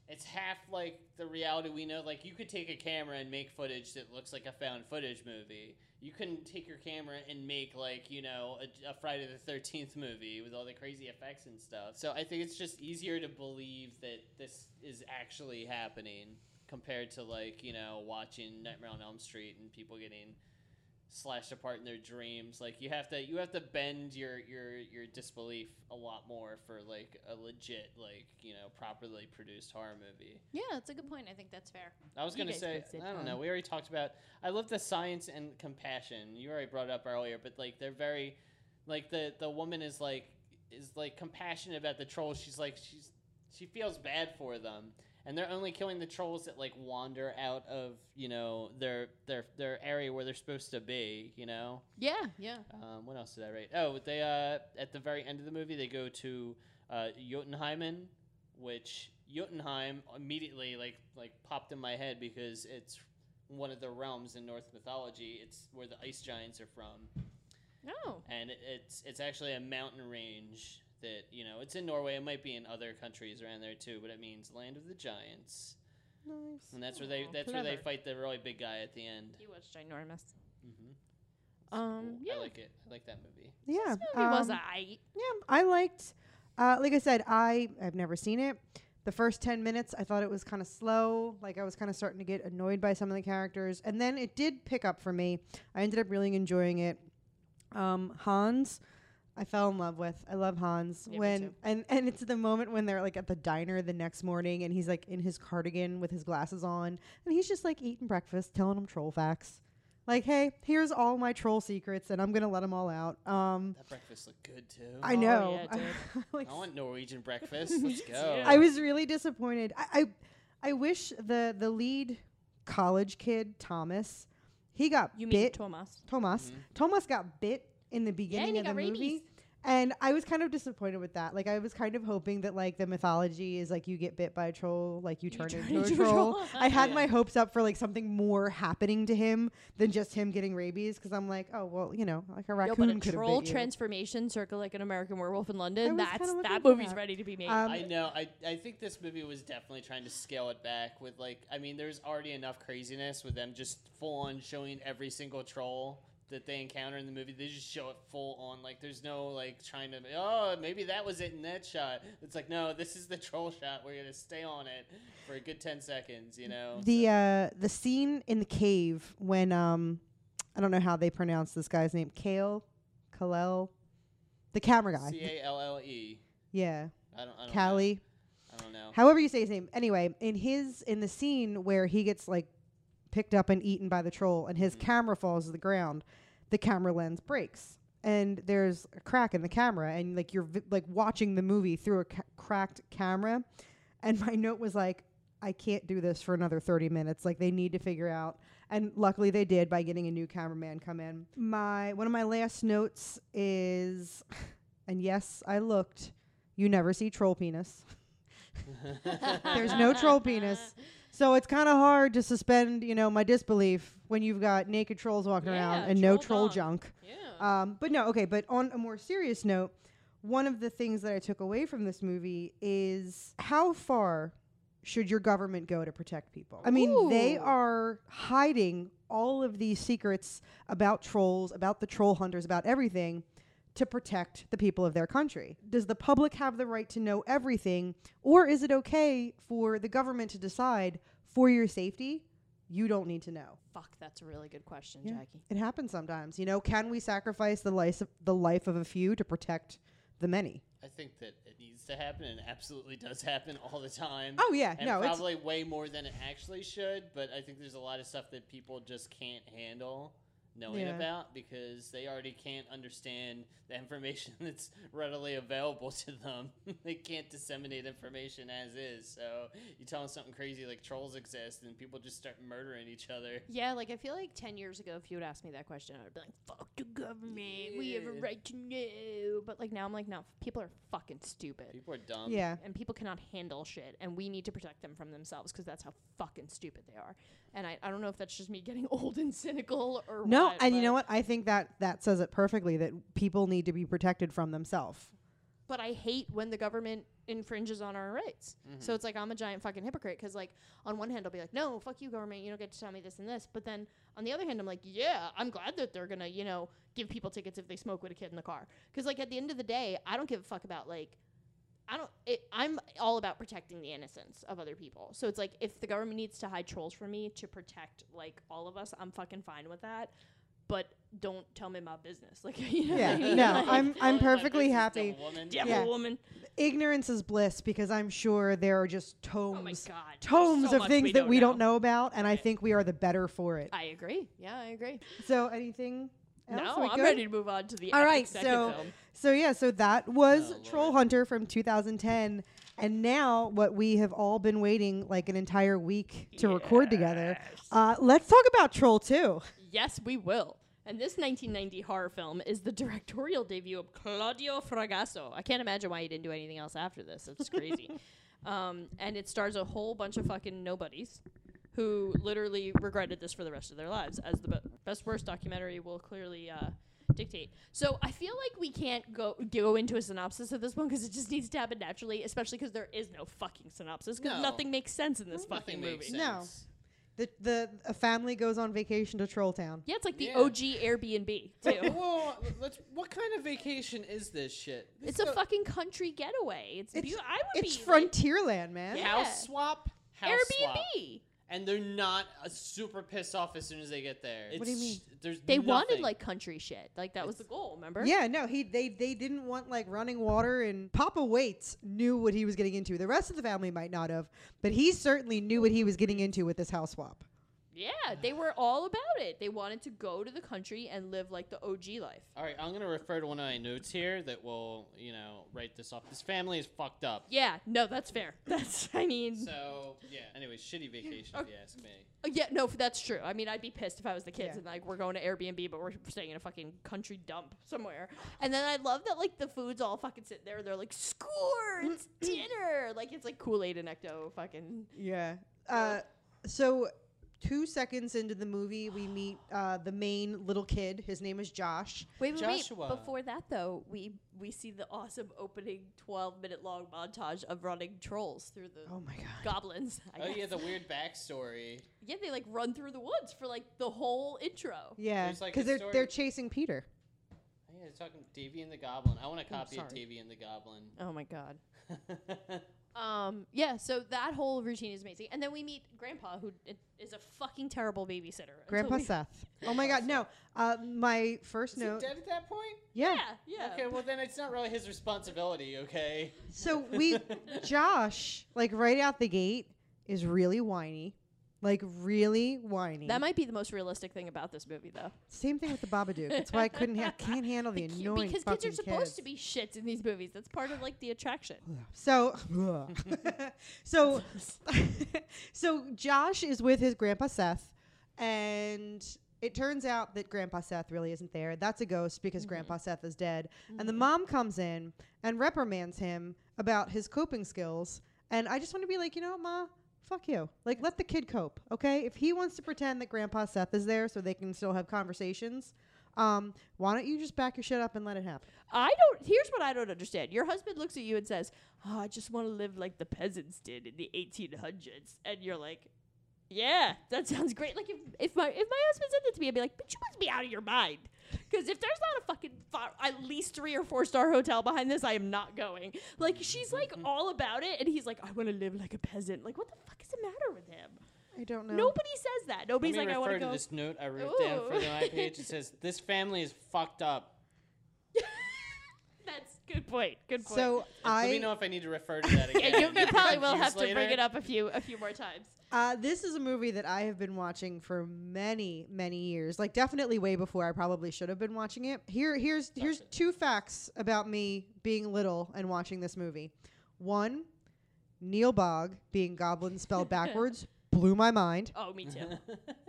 Speaker 8: it's half like the reality we know. Like you could take a camera and make footage that looks like a found footage movie. You can take your camera and make like you know a, a Friday the Thirteenth movie with all the crazy effects and stuff. So I think it's just easier to believe that this is actually happening compared to like you know watching Nightmare on Elm Street and people getting slashed apart in their dreams. Like you have to you have to bend your your your disbelief a lot more for like a legit like you know properly produced horror movie.
Speaker 6: yeah, that's a good point. I think that's fair.
Speaker 8: I was
Speaker 6: You
Speaker 8: gonna
Speaker 6: guys
Speaker 8: say
Speaker 6: fixed it,
Speaker 8: I don't
Speaker 6: um,
Speaker 8: know. We already talked about I love the science and compassion. You already brought it up earlier, but like they're very like the the woman is like is like compassionate about the trolls. She's like she's she feels bad for them. And they're only killing the trolls that like wander out of, you know, their their their area where they're supposed to be, you know?
Speaker 6: Yeah, yeah.
Speaker 8: Um, what else did I write? Oh, they uh, at the very end of the movie they go to uh, Jotunheimen, which Jotunheim immediately like like popped in my head because it's one of the realms in Norse mythology. It's where the ice giants are from
Speaker 6: No.
Speaker 8: and it, it's it's actually a mountain range that you know it's in Norway. It might be in other countries around there too, but it means land of the giants,
Speaker 7: Nice.
Speaker 8: and that's where they
Speaker 6: Aw,
Speaker 8: that's where they
Speaker 6: clever.
Speaker 8: fight the really big guy at the end.
Speaker 6: He was ginormous.
Speaker 8: Mm-hmm.
Speaker 6: Um, yeah.
Speaker 8: I like it. I like that movie.
Speaker 7: Yeah.
Speaker 6: This movie was
Speaker 7: um,
Speaker 6: I.
Speaker 7: Yeah, I liked. Uh, like I said, I I've never seen it. The first ten minutes, I thought it was kind of slow. Like I was kind of starting to get annoyed by some of the characters, and then it did pick up for me. I ended up really enjoying it. Um, Hans, I fell in love with. I love Hans
Speaker 9: me
Speaker 7: when
Speaker 9: too.
Speaker 7: and and it's the moment when they're like at the diner the next morning, and he's like in his cardigan with his glasses on, and he's just like eating breakfast, telling them troll facts. Like, hey, here's all my troll secrets, and I'm gonna let them all out. Um,
Speaker 8: That breakfast looked good too.
Speaker 7: I
Speaker 9: Oh,
Speaker 7: know.
Speaker 9: yeah,
Speaker 7: [LAUGHS]
Speaker 9: dude.
Speaker 7: like,
Speaker 8: I want Norwegian breakfast. Let's go.
Speaker 7: I was really disappointed. I, I, I wish the the lead college kid Thomas, he got
Speaker 9: You mean
Speaker 7: bit.
Speaker 9: Thomas?
Speaker 7: Thomas, Thomas got bit in the beginning
Speaker 6: he
Speaker 7: of the
Speaker 6: got rabies.
Speaker 7: movie. And I was kind of disappointed with that. Like I was kind of hoping that like the mythology is like you get bit by a troll, like you turn, into, a troll. [LAUGHS] I had my hopes up for like something more happening to him than just him getting rabies because I'm like, oh well, you know, like a
Speaker 9: Yo,
Speaker 7: raccoon
Speaker 9: but a
Speaker 7: could have
Speaker 9: troll
Speaker 7: bit you.
Speaker 9: transformation, circa like an American werewolf in
Speaker 7: I
Speaker 9: London.
Speaker 7: was
Speaker 9: That's
Speaker 7: kinda looking
Speaker 9: that
Speaker 7: for
Speaker 9: movie's
Speaker 7: that.
Speaker 9: ready to be made.
Speaker 7: Um,
Speaker 8: I know. I, I think this movie was definitely trying to scale it back with like I mean, there's already enough craziness with them just full on showing every single troll that they encounter in the movie. They just show it full on. Like there's no like trying to oh maybe that was it in that shot. It's like no, this is the troll shot. We're gonna stay on it for a good ten seconds. You know.
Speaker 7: the uh the scene in the cave when um I don't know how they pronounce this guy's name. Kale, Kalel, the camera guy.
Speaker 8: C A L L E.
Speaker 7: yeah,
Speaker 8: I don't. I don't
Speaker 7: uh, Callie.
Speaker 8: Know. Oh. I don't know.
Speaker 7: However you say his name. Anyway, in his in the scene where he gets like picked up and eaten by the troll, and his
Speaker 8: Mm-hmm.
Speaker 7: camera falls to the ground, the camera lens breaks, and there's a crack in the camera, and like you're vi- like watching the movie through a ca- cracked camera. And my note was like, I can't do this for another 30 minutes. Like they need to figure out. And luckily they did by getting a new cameraman come in. My one of my last notes is, [LAUGHS] and yes, I looked. You never see troll penis. [LAUGHS] There's no troll penis. So it's kind of hard to suspend, you know, my disbelief when you've got naked trolls walking around
Speaker 6: Yeah,
Speaker 7: and no troll
Speaker 6: troll
Speaker 7: junk.
Speaker 6: Yeah.
Speaker 7: Um, but no, okay. But on a more serious note, one of the things that I took away from this movie is how far should your government go to protect people? I mean, they
Speaker 6: Ooh.
Speaker 7: are hiding all of these secrets about trolls, about the troll hunters, about everything to protect the people of their country. Does the public have the right to know everything, or is it okay for the government to decide for your safety? You don't need to know.
Speaker 6: Fuck, that's a really good question,
Speaker 7: Yeah.
Speaker 6: Jackie.
Speaker 7: It happens sometimes, you know. Can we sacrifice the life of, the life of a few to protect the many?
Speaker 8: I think that it needs to happen and absolutely does happen all the time.
Speaker 7: Oh, yeah.
Speaker 8: and
Speaker 7: No, it's-
Speaker 8: probably way more than it actually should. But I think there's a lot of stuff that people just can't handle knowing
Speaker 7: Yeah.
Speaker 8: about because they already can't understand the information [LAUGHS] that's readily available to them. [LAUGHS] they can't disseminate information as is. So you tell them something crazy like trolls exist, and people just start murdering each other.
Speaker 6: Yeah, like I feel like ten years ago, if you would ask me that question, I'd be like, "Fuck the government, we have a
Speaker 8: Yeah.
Speaker 6: right to know." But like now, I'm like, no, people are fucking stupid,
Speaker 8: People are dumb.
Speaker 7: Yeah,
Speaker 6: and people cannot handle shit, and we need to protect them from themselves because that's how fucking stupid they are. And I, I don't know if that's just me getting [LAUGHS] old and cynical or
Speaker 7: no,
Speaker 6: what,
Speaker 7: and you
Speaker 6: but-
Speaker 7: know what? I think that that says it perfectly. That people need to be protected from
Speaker 6: [LAUGHS]
Speaker 7: themselves.
Speaker 6: but I hate when the government infringes on our rights. So it's like I'm a giant fucking hypocrite because, like, on one hand, I'll be like, no, fuck you, government. You don't get to tell me this and this. But then on the other hand, I'm like, yeah, I'm glad that they're going to, you know, give people tickets if they smoke with a kid in the car. Because, like, at the end of the day, I don't give a fuck about, like, I don't. It, I'm all about protecting the innocence of other people. So it's like if the government needs to hide trolls from me to protect like all of us, I'm fucking fine with that. But don't tell me my business. [LAUGHS] Like you know. what I
Speaker 7: Yeah,
Speaker 6: mean?
Speaker 7: no,
Speaker 6: Like,
Speaker 7: I'm
Speaker 6: oh
Speaker 7: I'm
Speaker 8: Telling my
Speaker 7: perfectly
Speaker 8: business
Speaker 7: happy.
Speaker 8: to a woman.
Speaker 6: devil
Speaker 7: yeah.
Speaker 6: woman.
Speaker 7: Ignorance is bliss because I'm sure there are just
Speaker 6: Oh my
Speaker 7: tomes,
Speaker 6: god.
Speaker 7: tomes
Speaker 6: There's so
Speaker 7: of
Speaker 6: much
Speaker 7: things that we don't
Speaker 6: know.
Speaker 7: know about, and I think we are the better for it.
Speaker 6: I agree. Yeah, I agree.
Speaker 7: So, anything? Else? Are
Speaker 6: No,
Speaker 7: we
Speaker 6: I'm
Speaker 7: good?
Speaker 6: ready to move on to the
Speaker 7: All
Speaker 6: epic
Speaker 7: right,
Speaker 6: second
Speaker 7: so
Speaker 6: film.
Speaker 7: so yeah, so that was
Speaker 8: Oh,
Speaker 7: Troll
Speaker 8: Lord.
Speaker 7: Hunter from 2010, and now what we have all been waiting like an entire week to record together. Uh, let's talk about Troll Two.
Speaker 6: Yes, we will. And this 1990 horror film is the directorial debut of Claudio Fragasso. I can't imagine why he didn't do anything else after this. It's
Speaker 8: [LAUGHS]
Speaker 6: crazy. um, and it stars a whole bunch of fucking nobodies who literally regretted this for the rest of their lives, as the be- best worst documentary will clearly uh, dictate. So I feel like we can't go go into a synopsis of this one because it just needs to happen naturally, especially because there is no fucking synopsis because
Speaker 8: No.
Speaker 6: nothing makes sense in this fucking
Speaker 8: Nothing
Speaker 6: movie.
Speaker 8: makes
Speaker 7: No.
Speaker 8: sense.
Speaker 7: The, the a family goes on vacation to Troll Town.
Speaker 6: Yeah, it's like the
Speaker 8: Yeah.
Speaker 6: OG Airbnb
Speaker 8: [LAUGHS] Whoa,
Speaker 6: too.
Speaker 8: whoa, whoa, let's, what kind of vacation is this shit? This
Speaker 6: it's
Speaker 8: is
Speaker 6: a fucking country getaway. It's,
Speaker 7: It's-
Speaker 6: beau- I would
Speaker 7: It's
Speaker 6: be
Speaker 7: Frontierland, man.
Speaker 6: Yeah.
Speaker 8: house swap. House
Speaker 6: like,
Speaker 8: swap.
Speaker 6: Airbnb.
Speaker 8: and they're not uh, super pissed off as soon as they get there.
Speaker 7: What do you
Speaker 8: It's-
Speaker 7: mean?
Speaker 8: There's
Speaker 6: They
Speaker 8: nothing.
Speaker 6: wanted like country shit. Like that was the goal. Remember?
Speaker 7: Yeah, no, he they they didn't want like running water and Papa Waits knew what he was getting into. The rest of the family might not have, but he certainly knew what he was getting into with this house swap.
Speaker 6: Yeah, they were all about it. They wanted to go to the country and live like the OG life.
Speaker 8: All right, I'm gonna refer to one of my notes here that will, you know, write this off. This family is fucked up.
Speaker 6: Yeah, no, that's fair. [LAUGHS] That's I mean,
Speaker 8: So yeah. Anyway, shitty vacation if you ask me.
Speaker 6: uh, yeah, no, f- that's true. I mean, I'd be pissed if I was the kids
Speaker 7: Yeah.
Speaker 6: and like we're going to Airbnb, but we're staying in a fucking country dump somewhere. And then I love that like the food's all fucking sitting there. They're like, score,
Speaker 7: [CLEARS THROAT]
Speaker 6: it's dinner. Like it's like Kool Aid and Ecto fucking.
Speaker 7: Yeah. Uh, so two seconds into the movie, we meet uh, the main little kid. His name is Josh.
Speaker 6: Wait, wait,
Speaker 8: Joshua.
Speaker 6: wait. Before that, though, we we see the awesome opening 12 minute long montage of running trolls through the
Speaker 7: Oh my god.
Speaker 6: goblins. I
Speaker 8: Oh
Speaker 6: guess.
Speaker 8: yeah, the weird backstory.
Speaker 6: Yeah, they like run through the woods for like the whole intro.
Speaker 7: Yeah,
Speaker 8: There's,
Speaker 7: because
Speaker 8: like, a
Speaker 7: they're
Speaker 8: story-
Speaker 7: they're chasing Peter.
Speaker 8: Oh, yeah, they're talking Davy and the Goblin. I want a copy of
Speaker 7: sorry.
Speaker 8: Davy and the Goblin. [LAUGHS]
Speaker 6: Oh my god. Um, yeah, so that whole routine is amazing. And then we meet Grandpa, who i- is a fucking terrible babysitter. until
Speaker 7: Grandpa
Speaker 6: we-
Speaker 7: Seth. Oh my god. No. Uh, my first
Speaker 8: is he
Speaker 7: note.
Speaker 8: dead at that point?
Speaker 7: Yeah.
Speaker 6: Yeah, yeah.
Speaker 8: Okay, well then it's not really his responsibility. Okay.
Speaker 7: So we, Josh, like right out the gate, is really whiny, like really whiny.
Speaker 6: That might be the most realistic thing about this movie, though.
Speaker 7: Same thing with the Babadook. That's why I couldn't ha- can't handle the,
Speaker 6: Ki-
Speaker 7: annoying
Speaker 6: [LAUGHS] because kids are
Speaker 7: fucking
Speaker 6: supposed to
Speaker 7: kids.
Speaker 6: be shits in these movies. That's part of like the attraction.
Speaker 7: So, [LAUGHS] so, [LAUGHS] so Josh is with his grandpa Seth, and it turns out that grandpa Seth really isn't there. That's a ghost because grandpa Seth is dead. And the mom comes in and reprimands him about his coping skills. And I just want to be like, you know what, ma? Fuck you. Like, let the kid cope, okay? If he wants to pretend that grandpa Seth is there so they can still have conversations, um, why don't you just back your shit up and let it happen?
Speaker 6: I don't. Here's what I don't understand. Your husband looks at you and says, oh, "I just want to live like the peasants did in the 1800s," and you're like, "Yeah, that sounds great." Like if, if my if my husband said that to me, I'd be like, "But you must be out of your mind." Because if there's not a fucking fi- at least three or four star hotel behind this, I am not going. Like she's like
Speaker 8: Mm-hmm.
Speaker 6: all about it, and he's like, "I want to live like a peasant." Like what the fuck is the matter with him?
Speaker 7: I don't know.
Speaker 6: Nobody says that. Nobody's like,
Speaker 8: Let me
Speaker 6: "I
Speaker 8: refer
Speaker 6: want
Speaker 8: to
Speaker 6: go."
Speaker 8: this note I wrote down for the
Speaker 6: Ooh.
Speaker 8: my page. It says this family is fucked up.
Speaker 6: [LAUGHS] That's good point. Good point.
Speaker 7: So I
Speaker 8: Let me know if I need to refer
Speaker 6: [LAUGHS]
Speaker 8: to that again.
Speaker 6: yeah, you, you probably will
Speaker 8: Years
Speaker 6: have to bring
Speaker 8: later.
Speaker 6: it up a few a few more times.
Speaker 7: Uh, this is a movie that I have been watching for many, many years. Like definitely way before I probably should have been watching it. Here, here's here's two facts about me being little and watching this movie. One, Neil Bog being Goblin spelled backwards blew my mind.
Speaker 6: Oh, me too.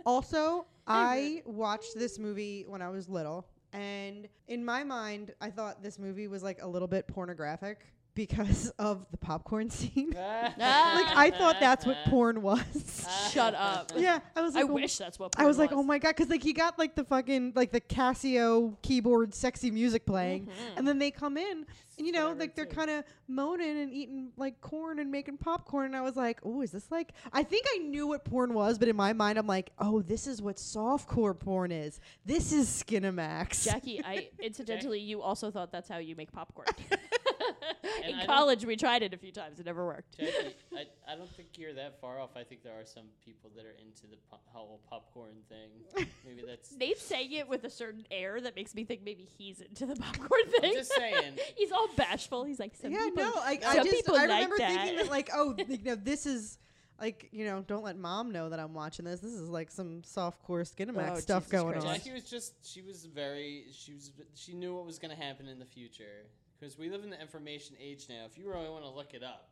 Speaker 7: Also, I watched this movie when I was little, and in my mind, I thought this movie was like a little bit pornographic because of the popcorn [LAUGHS] scene. like I thought that's what porn was.
Speaker 6: [LAUGHS] Shut up.
Speaker 7: [LAUGHS] Yeah, I was like,
Speaker 6: I
Speaker 7: oh-
Speaker 6: wish that's what
Speaker 7: I was like, oh my god, because like he got like the fucking like the Casio keyboard, sexy music playing,
Speaker 6: Mm-hmm.
Speaker 7: and then they come in, and you know, like they're kind of moaning and eating like corn and making popcorn, and I was like, oh, is this like? I think I knew what porn was, but in my mind, I'm like, oh, this is what softcore porn is. This is Skinamax. [LAUGHS]
Speaker 6: Jackie, I incidentally, you also thought that's how you make popcorn.
Speaker 8: And I
Speaker 6: In
Speaker 8: don't-
Speaker 6: college, we tried it a few times. It never worked.
Speaker 8: Jackie, I, I don't think you're that far off. I think there are some people that are into the po- whole popcorn thing.
Speaker 6: [LAUGHS]
Speaker 8: Maybe that's.
Speaker 6: Nate's saying it with a certain air that makes me think maybe he's into the [LAUGHS] popcorn thing.
Speaker 8: just
Speaker 6: [LAUGHS]
Speaker 8: saying.
Speaker 6: he's all bashful. He's like,
Speaker 7: [LAUGHS]
Speaker 6: some
Speaker 7: yeah,
Speaker 6: people,
Speaker 7: no, I, I
Speaker 6: some
Speaker 7: just
Speaker 6: people
Speaker 7: I
Speaker 6: like
Speaker 7: remember thinking
Speaker 6: that.
Speaker 7: that
Speaker 6: [LAUGHS]
Speaker 7: like, oh, you know, this is. Like you know, don't let mom know that I'm watching this. This is like some softcore Skinamax
Speaker 6: Oh,
Speaker 7: stuff
Speaker 6: Jesus
Speaker 7: going
Speaker 6: Christ.
Speaker 7: on.
Speaker 8: Jackie was just. She was very. She was. She knew what was going to happen in the future. Because we live in the information age now. If you really want to look it up,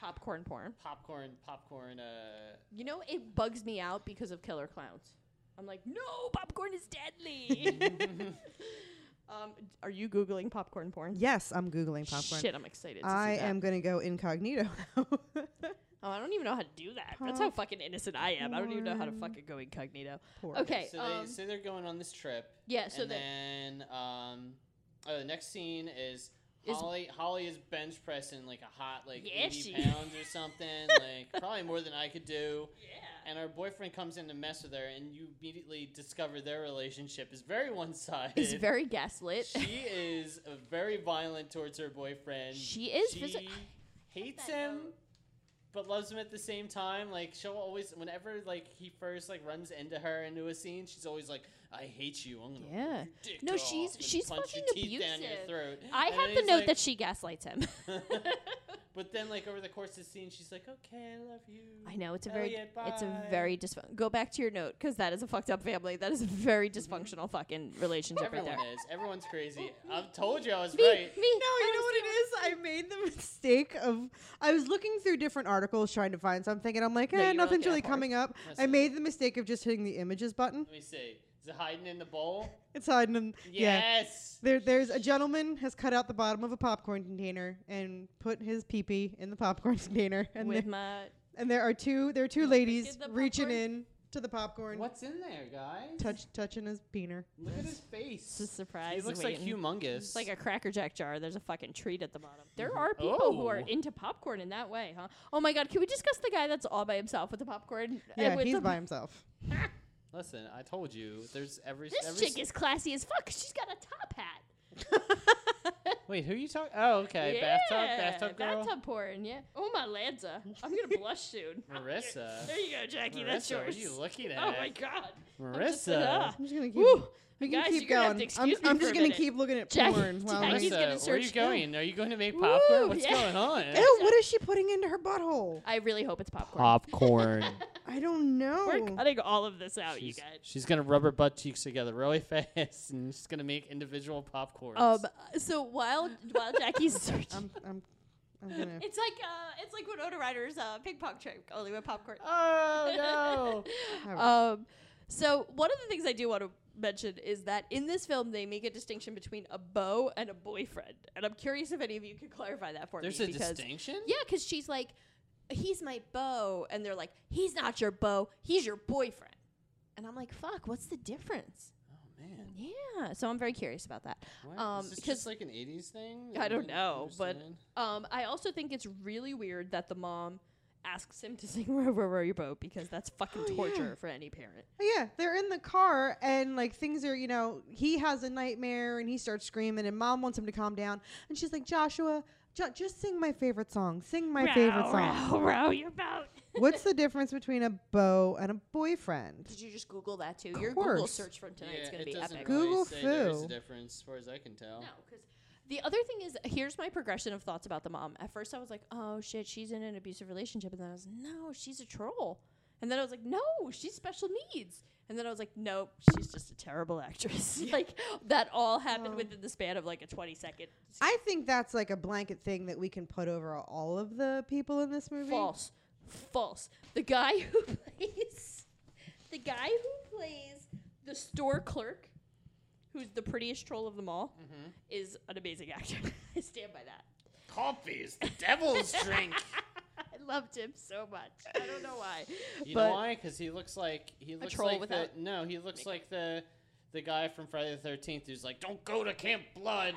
Speaker 6: popcorn porn.
Speaker 8: popcorn, popcorn. Uh,
Speaker 6: You know, it bugs me out because of killer clowns. I'm like, no, popcorn
Speaker 7: [LAUGHS]
Speaker 6: is deadly. [LAUGHS] um, are you googling popcorn porn?
Speaker 7: Yes, I'm googling popcorn.
Speaker 6: Shit, I'm excited. To
Speaker 7: I
Speaker 6: see that.
Speaker 7: am gonna go
Speaker 6: [LAUGHS]
Speaker 7: incognito now.
Speaker 6: Oh, I don't even know how to do that. That's how fucking innocent I am. I don't even know how to fucking go incognito.
Speaker 7: Porn.
Speaker 6: Okay.
Speaker 8: So
Speaker 6: um,
Speaker 8: they say they're going on this trip.
Speaker 6: yeah. So
Speaker 8: and
Speaker 6: they
Speaker 8: then um, oh, the next scene is
Speaker 6: Is-
Speaker 8: Holly. Holly is bench pressing like a hot like
Speaker 6: Yeah,
Speaker 8: eighty
Speaker 6: she-
Speaker 8: pounds
Speaker 6: [LAUGHS]
Speaker 8: or something, like probably more than I could do. Yeah. And her boyfriend comes in to mess with her, and you immediately discover their relationship is very one sided.
Speaker 6: is very gaslit.
Speaker 8: she is uh, very violent towards her boyfriend.
Speaker 6: She is
Speaker 8: She
Speaker 6: physi-
Speaker 8: hates
Speaker 6: that
Speaker 8: him, but loves him at the same time. Like she'll always, whenever like he first like runs into her into a scene, she's always like, "I hate you. I'm gonna rip
Speaker 6: Yeah.
Speaker 8: your dick
Speaker 6: No,
Speaker 8: off
Speaker 6: she's-
Speaker 8: and
Speaker 6: she's
Speaker 8: punch your
Speaker 6: fucking
Speaker 8: teeth down your
Speaker 6: abusive.
Speaker 8: throat."
Speaker 6: [LAUGHS] I
Speaker 8: And
Speaker 6: have
Speaker 8: then
Speaker 6: the
Speaker 8: he's
Speaker 6: note
Speaker 8: like-
Speaker 6: that she gaslights
Speaker 8: [LAUGHS]
Speaker 6: him. [LAUGHS]
Speaker 8: but then like over the course of the scene, she's like, "Okay, I love you."
Speaker 6: I know it's a
Speaker 8: Hell
Speaker 6: very
Speaker 8: yeah,
Speaker 6: it's a
Speaker 8: bye."
Speaker 6: very dysfunctional. Go back to your note because that is a fucked up family. That is a very dysfunctional fucking relationship right
Speaker 8: Mm-hmm. Everyone
Speaker 6: there.
Speaker 8: is. Everyone's crazy. I've told you I was
Speaker 6: Me,
Speaker 8: right.
Speaker 6: me.
Speaker 7: No, you know what it is? I made the [LAUGHS] mistake of I was looking through different articles trying to find something, and I'm like, eh,
Speaker 6: No, you were
Speaker 7: nothing's
Speaker 6: looking
Speaker 7: really
Speaker 6: at porn.
Speaker 7: coming up.
Speaker 8: That's
Speaker 7: I
Speaker 8: it.
Speaker 7: made the mistake of just hitting the images button.
Speaker 8: Let me see. Is it hiding in
Speaker 6: [LAUGHS]
Speaker 8: the bowl?
Speaker 7: It's hiding. In, Yeah.
Speaker 8: Yes.
Speaker 7: There, there's a gentleman has cut out the bottom of a popcorn container and put his pee-pee in the popcorn [LAUGHS] container, and
Speaker 6: with [LAUGHS]
Speaker 7: there,
Speaker 6: my
Speaker 7: and there are two there are two ladies
Speaker 6: the
Speaker 7: reaching
Speaker 6: popcorn.
Speaker 7: in to the popcorn,
Speaker 8: What's in there, guys?
Speaker 7: touch touching his peener.
Speaker 8: Look at his face.
Speaker 6: it's a surprise.
Speaker 8: He looks like
Speaker 6: waiting.
Speaker 8: humongous.
Speaker 6: It's like a cracker jack jar. There's a fucking treat at the bottom. There are people who are
Speaker 8: Oh.
Speaker 6: into popcorn in that way, huh? Oh my god, can we discuss the guy that's all by himself with the popcorn? uh,
Speaker 7: Yeah,
Speaker 6: with
Speaker 7: he's
Speaker 6: the-
Speaker 7: by himself.
Speaker 8: Listen, I told you. There's every.
Speaker 6: [LAUGHS] This
Speaker 8: every
Speaker 6: chick is classy as fuck. She's got a top hat.
Speaker 8: Wait, who you talking? Oh, okay.
Speaker 6: Yeah,
Speaker 8: bathtub, bathtub girl.
Speaker 6: bathtub porn. Yeah. Oh my lanza, I'm gonna blush soon.
Speaker 8: [LAUGHS] Marissa.
Speaker 6: There you go, Jackie. that's
Speaker 8: Marissa, what are
Speaker 6: yours.
Speaker 8: you looking at?
Speaker 6: Oh my god. I'm just-
Speaker 8: Marissa.
Speaker 6: ah.
Speaker 7: I'm just gonna keep.
Speaker 6: Woo.
Speaker 7: we can
Speaker 6: Guys,
Speaker 7: keep
Speaker 6: you're gonna
Speaker 7: going.
Speaker 6: have to
Speaker 7: I'm,
Speaker 6: excuse me
Speaker 7: I'm
Speaker 6: for
Speaker 7: just
Speaker 6: a
Speaker 7: gonna
Speaker 6: minute.
Speaker 7: keep looking at
Speaker 6: Jack-
Speaker 7: porn. while
Speaker 6: Jack,
Speaker 7: I'm-
Speaker 6: he's gonna
Speaker 8: Marissa, where are you
Speaker 6: search now.
Speaker 8: going? Are you going to make
Speaker 6: Woo,
Speaker 8: popcorn? What's
Speaker 6: yeah.
Speaker 8: going on?
Speaker 7: Ew, what is she putting into her butthole?
Speaker 6: I really hope it's popcorn.
Speaker 8: Popcorn.
Speaker 7: I don't know.
Speaker 6: We're cutting all of this out, [LAUGHS]
Speaker 8: she's,
Speaker 6: you guys.
Speaker 8: she's gonna rub her butt cheeks together really [LAUGHS] fast, and she's gonna make individual popcorns.
Speaker 6: Um. So while while [LAUGHS] Jackie's searching,
Speaker 7: I'm, I'm, I'm
Speaker 6: [LAUGHS]
Speaker 7: gonna.
Speaker 6: it's like uh, it's like Winona Ryder's uh, ping pong trick, only with popcorn.
Speaker 8: oh
Speaker 7: [LAUGHS] All right.
Speaker 6: Um, so one of the things I do want to mention is that in this film they make a distinction between a beau and a boyfriend, and I'm curious if any of you could clarify that for
Speaker 8: no! There's
Speaker 6: me.
Speaker 8: a
Speaker 6: because-
Speaker 8: distinction.
Speaker 6: Yeah, because she's like, he's my beau, and they're like, he's not your beau, he's your boyfriend, and I'm like, fuck, what's the difference?
Speaker 8: Oh man.
Speaker 6: Yeah, so I'm very curious about that.
Speaker 8: What?
Speaker 6: Um,
Speaker 8: is this
Speaker 6: because
Speaker 8: just like an '80s thing?
Speaker 6: I don't know, but
Speaker 8: understand.
Speaker 6: um, I also think it's really weird that the mom asks him to sing [LAUGHS] "Row, Row, Row Your Boat" because that's
Speaker 8: Oh,
Speaker 6: fucking torture for any parent.
Speaker 7: Oh, yeah, they're in the car and like things are, you know, he has a nightmare and he starts screaming and mom wants him to calm down and she's like, Joshua, jo- just sing my favorite song. Sing my favorite song. [LAUGHS]
Speaker 6: [LAUGHS] Row, row your boat.
Speaker 7: What's the difference between a beau and a boyfriend?
Speaker 6: Did you just Google that too? Your Google
Speaker 7: course.
Speaker 6: search from
Speaker 8: Yeah,
Speaker 6: tonight is going
Speaker 8: it
Speaker 6: to be
Speaker 8: doesn't
Speaker 6: epic.
Speaker 8: really
Speaker 7: Google
Speaker 8: say there is
Speaker 7: foo.
Speaker 8: a difference, as far as I can tell.
Speaker 6: No, because the other thing is, here's my progression of thoughts about the mom. At first, I was like, oh shit, she's in an abusive relationship, and then I was like, no, she's a troll. And then I was like, no, she's special needs. And then I was like, nope, she's just a terrible actress. [LAUGHS] like that all happened within the span of like a 20 second.
Speaker 7: I think that's like a blanket thing that we can put over all of the people in this movie.
Speaker 6: False, false. The guy who [LAUGHS] plays, the guy who plays the store clerk, who's the prettiest troll of them all, is an amazing actor. [LAUGHS] I stand by that.
Speaker 8: Coffee is the
Speaker 6: [LAUGHS]
Speaker 8: devil's drink.
Speaker 6: I loved him so much. I don't know why.
Speaker 8: You
Speaker 6: But-
Speaker 8: know why? Because he looks like he looks
Speaker 6: troll
Speaker 8: like
Speaker 6: without
Speaker 8: the, no, he looks like the the guy from Friday the Thirteenth who's like, "Don't go to Camp Blood."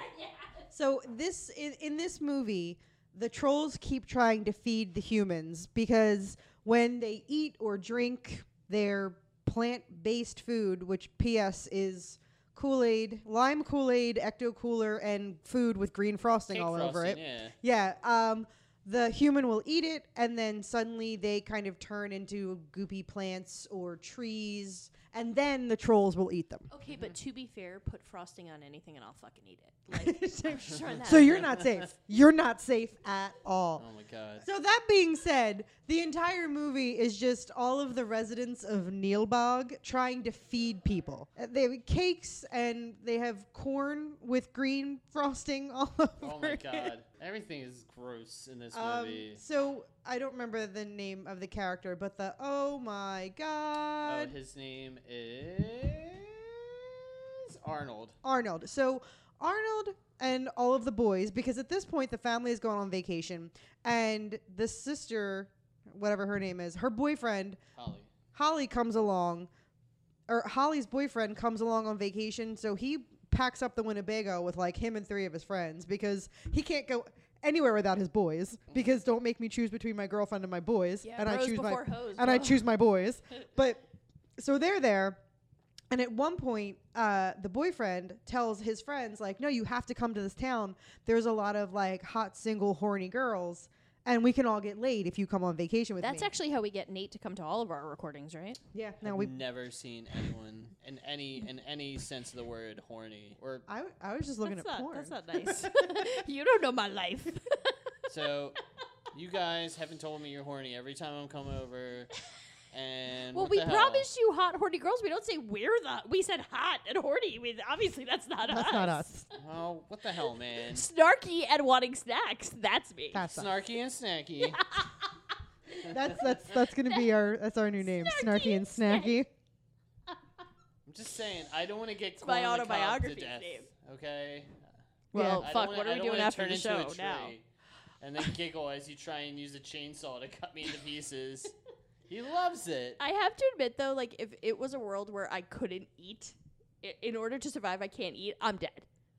Speaker 7: So this in, in this movie, the trolls keep trying to feed the humans because when they eat or drink their plant-based food, which P.S. is Kool-Aid, lime Kool-Aid, Ecto Cooler, and food with green frosting
Speaker 8: Cake
Speaker 7: all over it.
Speaker 8: frosting, Yeah.
Speaker 7: Yeah. Um, the human will eat it, and then suddenly they kind of turn into goopy plants or trees, and then the trolls will eat them.
Speaker 6: [LAUGHS] Okay, but to be fair, put frosting on anything and I'll fucking eat [LAUGHS] it. Like, sure that
Speaker 7: So you're not safe. You're not safe at all.
Speaker 8: Oh my
Speaker 6: [LAUGHS]
Speaker 8: god.
Speaker 7: So that being said, the entire movie is just all of the residents of Neilbog trying to feed people. Uh, They have cakes and they have corn with green frosting all [LAUGHS] over.
Speaker 8: Oh my
Speaker 7: it.
Speaker 8: god. Everything is gross in this
Speaker 7: Um,
Speaker 8: movie.
Speaker 7: so I don't remember the name of the character, but the oh my
Speaker 8: Oh,
Speaker 7: god Arnold?
Speaker 8: His name is Arnold.
Speaker 7: Arnold. So Arnold and all of the boys, because at this point the family is going on vacation, and the sister, whatever her name is, her boyfriend
Speaker 8: Holly.
Speaker 7: Holly comes along, or Holly's boyfriend comes along on vacation, so he packs up the Winnebago with like him and three of his friends because he can't go anywhere without his boys because don't make me choose between my girlfriend and my boys
Speaker 6: Yeah,
Speaker 7: and I
Speaker 6: bros
Speaker 7: choose my
Speaker 6: before hoes,
Speaker 7: and I
Speaker 6: bro.
Speaker 7: choose my
Speaker 6: [LAUGHS]
Speaker 7: boys. But so they're there and at one point uh, the boyfriend tells his friends like no you have to come to this town there's a lot of like hot single horny girls and we can all get laid if you come on vacation with
Speaker 6: That's
Speaker 7: me.
Speaker 6: actually how we get Nate to come to all of our recordings, right?
Speaker 7: yeah. Now
Speaker 8: I've
Speaker 7: we
Speaker 8: never seen anyone in any in any sense of the word horny or
Speaker 7: I, w- I was just looking
Speaker 6: that's
Speaker 7: at
Speaker 6: not,
Speaker 7: porn.
Speaker 6: That's not nice. [LAUGHS] you don't know my life.
Speaker 8: so. You guys haven't told me you're horny every time I'm coming over, and
Speaker 6: well,
Speaker 8: what
Speaker 6: we
Speaker 8: the hell?
Speaker 6: promised you hot, horny girls. We don't say we're the. We said hot and horny. We, obviously, that's not us.
Speaker 7: That's not us.
Speaker 8: Well, Oh, what the hell, man?
Speaker 6: Snarky and wanting snacks. That's me.
Speaker 7: That's us.
Speaker 8: Snarky and snacky.
Speaker 7: That's that's that's gonna be our that's our new name. Snarky and snacky.
Speaker 8: I'm just saying, I don't want to get
Speaker 6: my
Speaker 8: corn on the cob to
Speaker 6: autobiography's
Speaker 8: death,
Speaker 6: name.
Speaker 8: Okay.
Speaker 6: well,
Speaker 8: I don't
Speaker 6: fuck.
Speaker 8: wanna-
Speaker 6: what
Speaker 8: I
Speaker 6: are we
Speaker 8: don't
Speaker 6: doing
Speaker 8: wanna
Speaker 6: after
Speaker 8: turn
Speaker 6: the
Speaker 8: into a
Speaker 6: show now?
Speaker 8: tree And then giggle as you try and use a chainsaw to cut me into pieces.
Speaker 6: [LAUGHS]
Speaker 8: he loves it.
Speaker 6: I have to admit though, like if it was a world where I couldn't eat, i- in order to survive, I can't eat. I'm dead.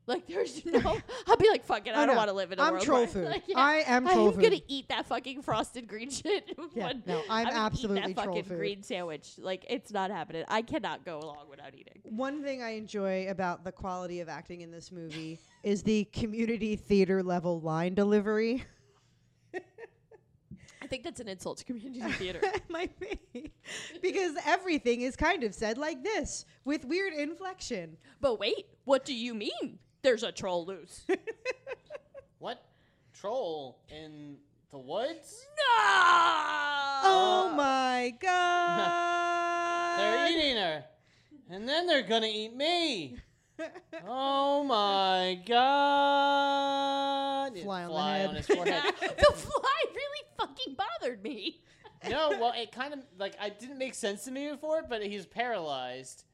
Speaker 6: Like
Speaker 7: [LAUGHS]
Speaker 6: there's no. I'll be like, fuck it. I
Speaker 7: Oh,
Speaker 6: don't
Speaker 7: no.
Speaker 6: want to live in a
Speaker 7: I'm
Speaker 6: world.
Speaker 7: troll
Speaker 6: where-
Speaker 7: food.
Speaker 6: Like, [LAUGHS]
Speaker 7: I am troll
Speaker 6: I'm gonna
Speaker 7: food.
Speaker 6: eat that fucking frosted green [LAUGHS] shit.
Speaker 7: Yeah,
Speaker 6: One-
Speaker 7: no, I'm
Speaker 6: gonna
Speaker 7: absolutely
Speaker 6: eat that
Speaker 7: troll
Speaker 6: fucking
Speaker 7: food.
Speaker 6: green sandwich. Like it's not happening. I cannot go along without eating.
Speaker 7: One thing I enjoy about the quality of acting in this
Speaker 6: [LAUGHS]
Speaker 7: movie is the community theater level line delivery.
Speaker 6: I think that's an insult to community theater. [LAUGHS]
Speaker 7: it [LAUGHS] might be because everything is kind of said like this with weird inflection.
Speaker 6: but wait, what do you mean? There's a troll
Speaker 8: [LAUGHS]
Speaker 6: loose.
Speaker 8: What? Troll in the woods?
Speaker 7: oh my
Speaker 8: They're
Speaker 7: god!
Speaker 8: eating her. And then they're gonna eat me.
Speaker 7: [LAUGHS]
Speaker 8: oh my god.
Speaker 7: Fly on the
Speaker 8: Fly
Speaker 7: head.
Speaker 8: on
Speaker 7: [LAUGHS]
Speaker 8: his forehead.
Speaker 6: [LAUGHS] the fly really fucking bothered me.
Speaker 8: No, well, it kind of like I didn't make sense to me before, but he's paralyzed,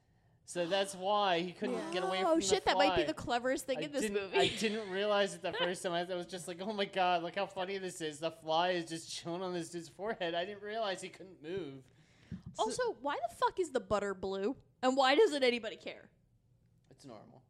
Speaker 8: so that's why he couldn't get away from.
Speaker 6: Oh
Speaker 8: the
Speaker 6: shit, that might be
Speaker 8: fly.
Speaker 6: the cleverest thing
Speaker 8: I
Speaker 6: in this
Speaker 8: didn't,
Speaker 6: movie.
Speaker 8: I didn't realize
Speaker 6: [LAUGHS]
Speaker 8: it the first time. I, I was just like, "Oh my god, look how funny this is!" The fly is just chilling on this dude's forehead. I didn't realize he couldn't move.
Speaker 6: also, why the fuck is the butter blue? And why doesn't anybody care?
Speaker 8: It's
Speaker 6: [LAUGHS]
Speaker 8: normal.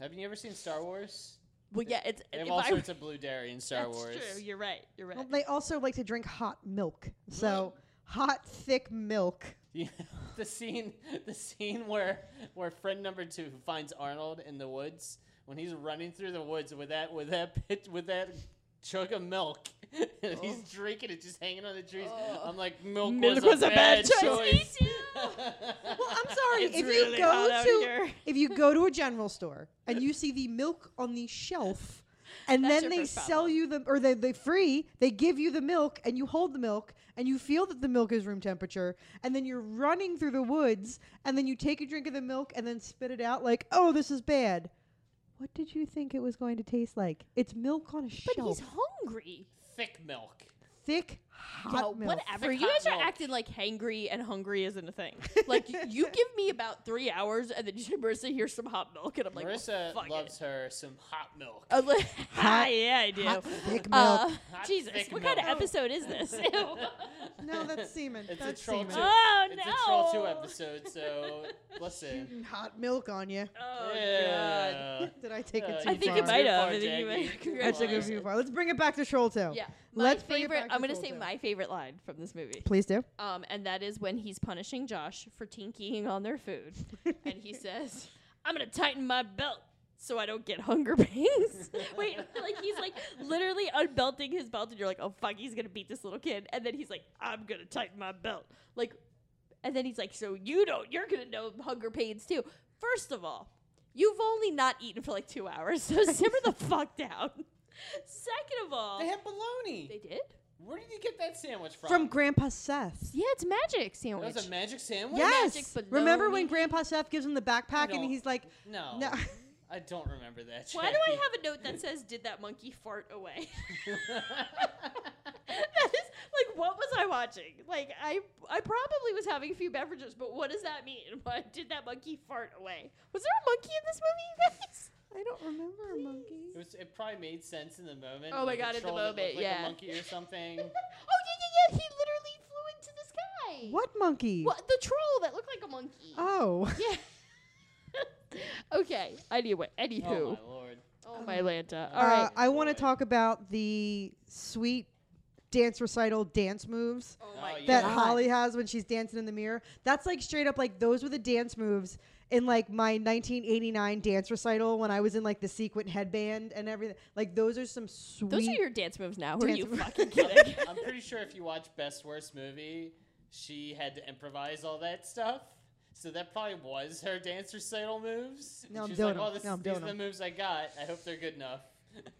Speaker 8: Haven't you ever seen Star Wars?
Speaker 6: Well, yeah, it's
Speaker 8: They have
Speaker 6: if
Speaker 8: all
Speaker 6: I- [LAUGHS] Oh,
Speaker 8: sorts of blue dairy in Star
Speaker 6: that's
Speaker 8: Wars. [LAUGHS]
Speaker 6: true. You're right. You're right.
Speaker 7: Well, they also like to drink hot milk, so hot thick milk.
Speaker 8: Yeah, the scene, the scene where where friend number two finds Arnold in the woods when he's running through the woods with that with that pit, with that jug of milk, [LAUGHS] and he's
Speaker 6: Oh.
Speaker 8: drinking it just hanging on the trees. I'm like, milk, was, a, bad, choice. [LAUGHS]
Speaker 7: Well, I'm sorry.
Speaker 6: It's
Speaker 7: if
Speaker 6: really
Speaker 7: you go
Speaker 6: hot out
Speaker 7: to
Speaker 6: here.
Speaker 7: if you go to a general store and you see the milk on the shelf, and
Speaker 6: That's
Speaker 7: then
Speaker 6: your
Speaker 7: they
Speaker 6: first
Speaker 7: sell
Speaker 6: problem.
Speaker 7: you the or they they free they give you the milk and you hold the milk and you feel that the milk is room temperature and then you're running through the woods and then you take a drink of the milk and then spit it out like oh this is bad. What did you think it was going to taste like? It's milk on a
Speaker 6: but
Speaker 7: shelf,
Speaker 6: he's hungry.
Speaker 8: Thick milk.
Speaker 7: thick, hot
Speaker 6: Yo,
Speaker 7: milk.
Speaker 6: whatever.
Speaker 8: Thick
Speaker 6: You
Speaker 8: hot
Speaker 6: guys are
Speaker 8: milk.
Speaker 6: acting like hangry and hungry isn't a thing.
Speaker 8: [LAUGHS]
Speaker 6: Like y- you give me about three hours, and then Marissa hears some hot milk, and I'm like, well,
Speaker 8: Marissa
Speaker 6: fuck
Speaker 8: loves
Speaker 6: It.
Speaker 8: her some hot milk.
Speaker 6: I'm
Speaker 7: [LAUGHS]
Speaker 6: like,
Speaker 8: [LAUGHS]
Speaker 7: Hot-
Speaker 6: yeah, I do.
Speaker 7: Hot, thick milk.
Speaker 6: Uh,
Speaker 8: Hot
Speaker 6: Jesus,
Speaker 8: thick
Speaker 6: what kind of
Speaker 8: milk.
Speaker 6: episode is
Speaker 8: [LAUGHS]
Speaker 6: this? Ew.
Speaker 7: no, that's semen.
Speaker 8: It's
Speaker 7: that's
Speaker 8: a troll
Speaker 7: semen.
Speaker 8: two.
Speaker 6: Oh,
Speaker 8: it's a troll two
Speaker 6: no.
Speaker 8: episode. So listen.
Speaker 7: Shooting hot milk on you.
Speaker 6: [LAUGHS] Oh, God. [LAUGHS]
Speaker 8: yeah.
Speaker 7: Did I take
Speaker 8: Uh,
Speaker 7: it too
Speaker 6: I think
Speaker 7: far?
Speaker 6: it might
Speaker 8: Too
Speaker 6: have.
Speaker 8: far,
Speaker 6: I think you
Speaker 8: Jackie.
Speaker 6: might.
Speaker 8: Too
Speaker 7: I took it
Speaker 6: Congratulations.
Speaker 7: too far. Let's bring it back to Troll Two.
Speaker 6: Yeah. My
Speaker 7: Let's bring it
Speaker 6: favorite.
Speaker 7: back to
Speaker 6: I'm gonna
Speaker 7: Soul
Speaker 6: say
Speaker 7: Town.
Speaker 6: my favorite line from this movie.
Speaker 7: Please do.
Speaker 6: Um, and that is when he's punishing Josh for tinkying on their food, and
Speaker 8: [LAUGHS]
Speaker 6: he says, "I'm gonna tighten my belt." So I don't get hunger pains. [LAUGHS] Wait, like he's like literally unbelting his belt, and you're like, "Oh fuck, he's gonna beat this little kid." And then he's like, "I'm gonna tighten my belt." Like, and then he's like, "So you don't, you're gonna know hunger pains too." First of all, you've only not eaten for like two hours, so
Speaker 8: [LAUGHS]
Speaker 6: simmer the fuck down. Second of all,
Speaker 8: They have bologna.
Speaker 6: they did.
Speaker 8: Where did you get that sandwich from?
Speaker 7: From Grandpa Seth.
Speaker 6: Yeah, it's magic
Speaker 8: That
Speaker 6: sandwich.
Speaker 8: was a magic sandwich.
Speaker 7: Yes.
Speaker 6: magic
Speaker 7: Remember
Speaker 6: baloney.
Speaker 7: when Grandpa Seth gives him the backpack and
Speaker 8: No.
Speaker 7: he's like,
Speaker 8: No.
Speaker 7: "No,
Speaker 8: I don't remember that.
Speaker 6: Why do
Speaker 7: [LAUGHS]
Speaker 6: I have a note [LAUGHS] that says "Did that monkey fart away"? that is like what was I watching? Like I I probably was having a few beverages, but what does that mean? [LAUGHS] Why did that monkey fart away? Was there a monkey in this movie, you guys?
Speaker 7: [LAUGHS]
Speaker 6: [LAUGHS]
Speaker 7: I don't remember a monkey.
Speaker 8: It was. It probably made sense in the moment.
Speaker 6: Oh my
Speaker 8: like a
Speaker 6: God, in the
Speaker 8: troll that looked
Speaker 6: moment,
Speaker 8: like
Speaker 6: yeah.
Speaker 8: a monkey
Speaker 6: [LAUGHS]
Speaker 8: or something.
Speaker 6: Oh yeah, yeah, yeah. He literally flew into the sky.
Speaker 7: What monkey?
Speaker 6: What the troll that looked like a monkey?
Speaker 7: Oh.
Speaker 6: Yeah. okay. Anyway, anywho.
Speaker 8: oh my
Speaker 6: [LAUGHS]
Speaker 8: lord.
Speaker 6: Oh my Lanta. All
Speaker 7: uh,
Speaker 6: right.
Speaker 7: I want to talk about the sweet dance recital dance moves
Speaker 8: Oh
Speaker 6: my
Speaker 8: yeah.
Speaker 7: that
Speaker 6: God.
Speaker 7: Holly has when she's dancing in the mirror. That's like straight up like those were the dance moves in like my 1989 dance recital when I was in like the sequin headband and everything. Like those are some sweet.
Speaker 6: Those are your dance moves now. Who are
Speaker 7: dance
Speaker 6: you
Speaker 7: moves. [LAUGHS]
Speaker 6: fucking kidding?
Speaker 8: I'm pretty sure if you watch Best Worst Movie, she had to improvise all that stuff. So that probably was her dance recital moves.
Speaker 7: No, I'm
Speaker 8: She's
Speaker 7: doing
Speaker 8: like,
Speaker 7: 'em.
Speaker 8: "Oh, this,
Speaker 7: No, I'm
Speaker 8: these
Speaker 7: doing
Speaker 8: are the
Speaker 7: 'em."
Speaker 8: moves I got. I hope they're good enough."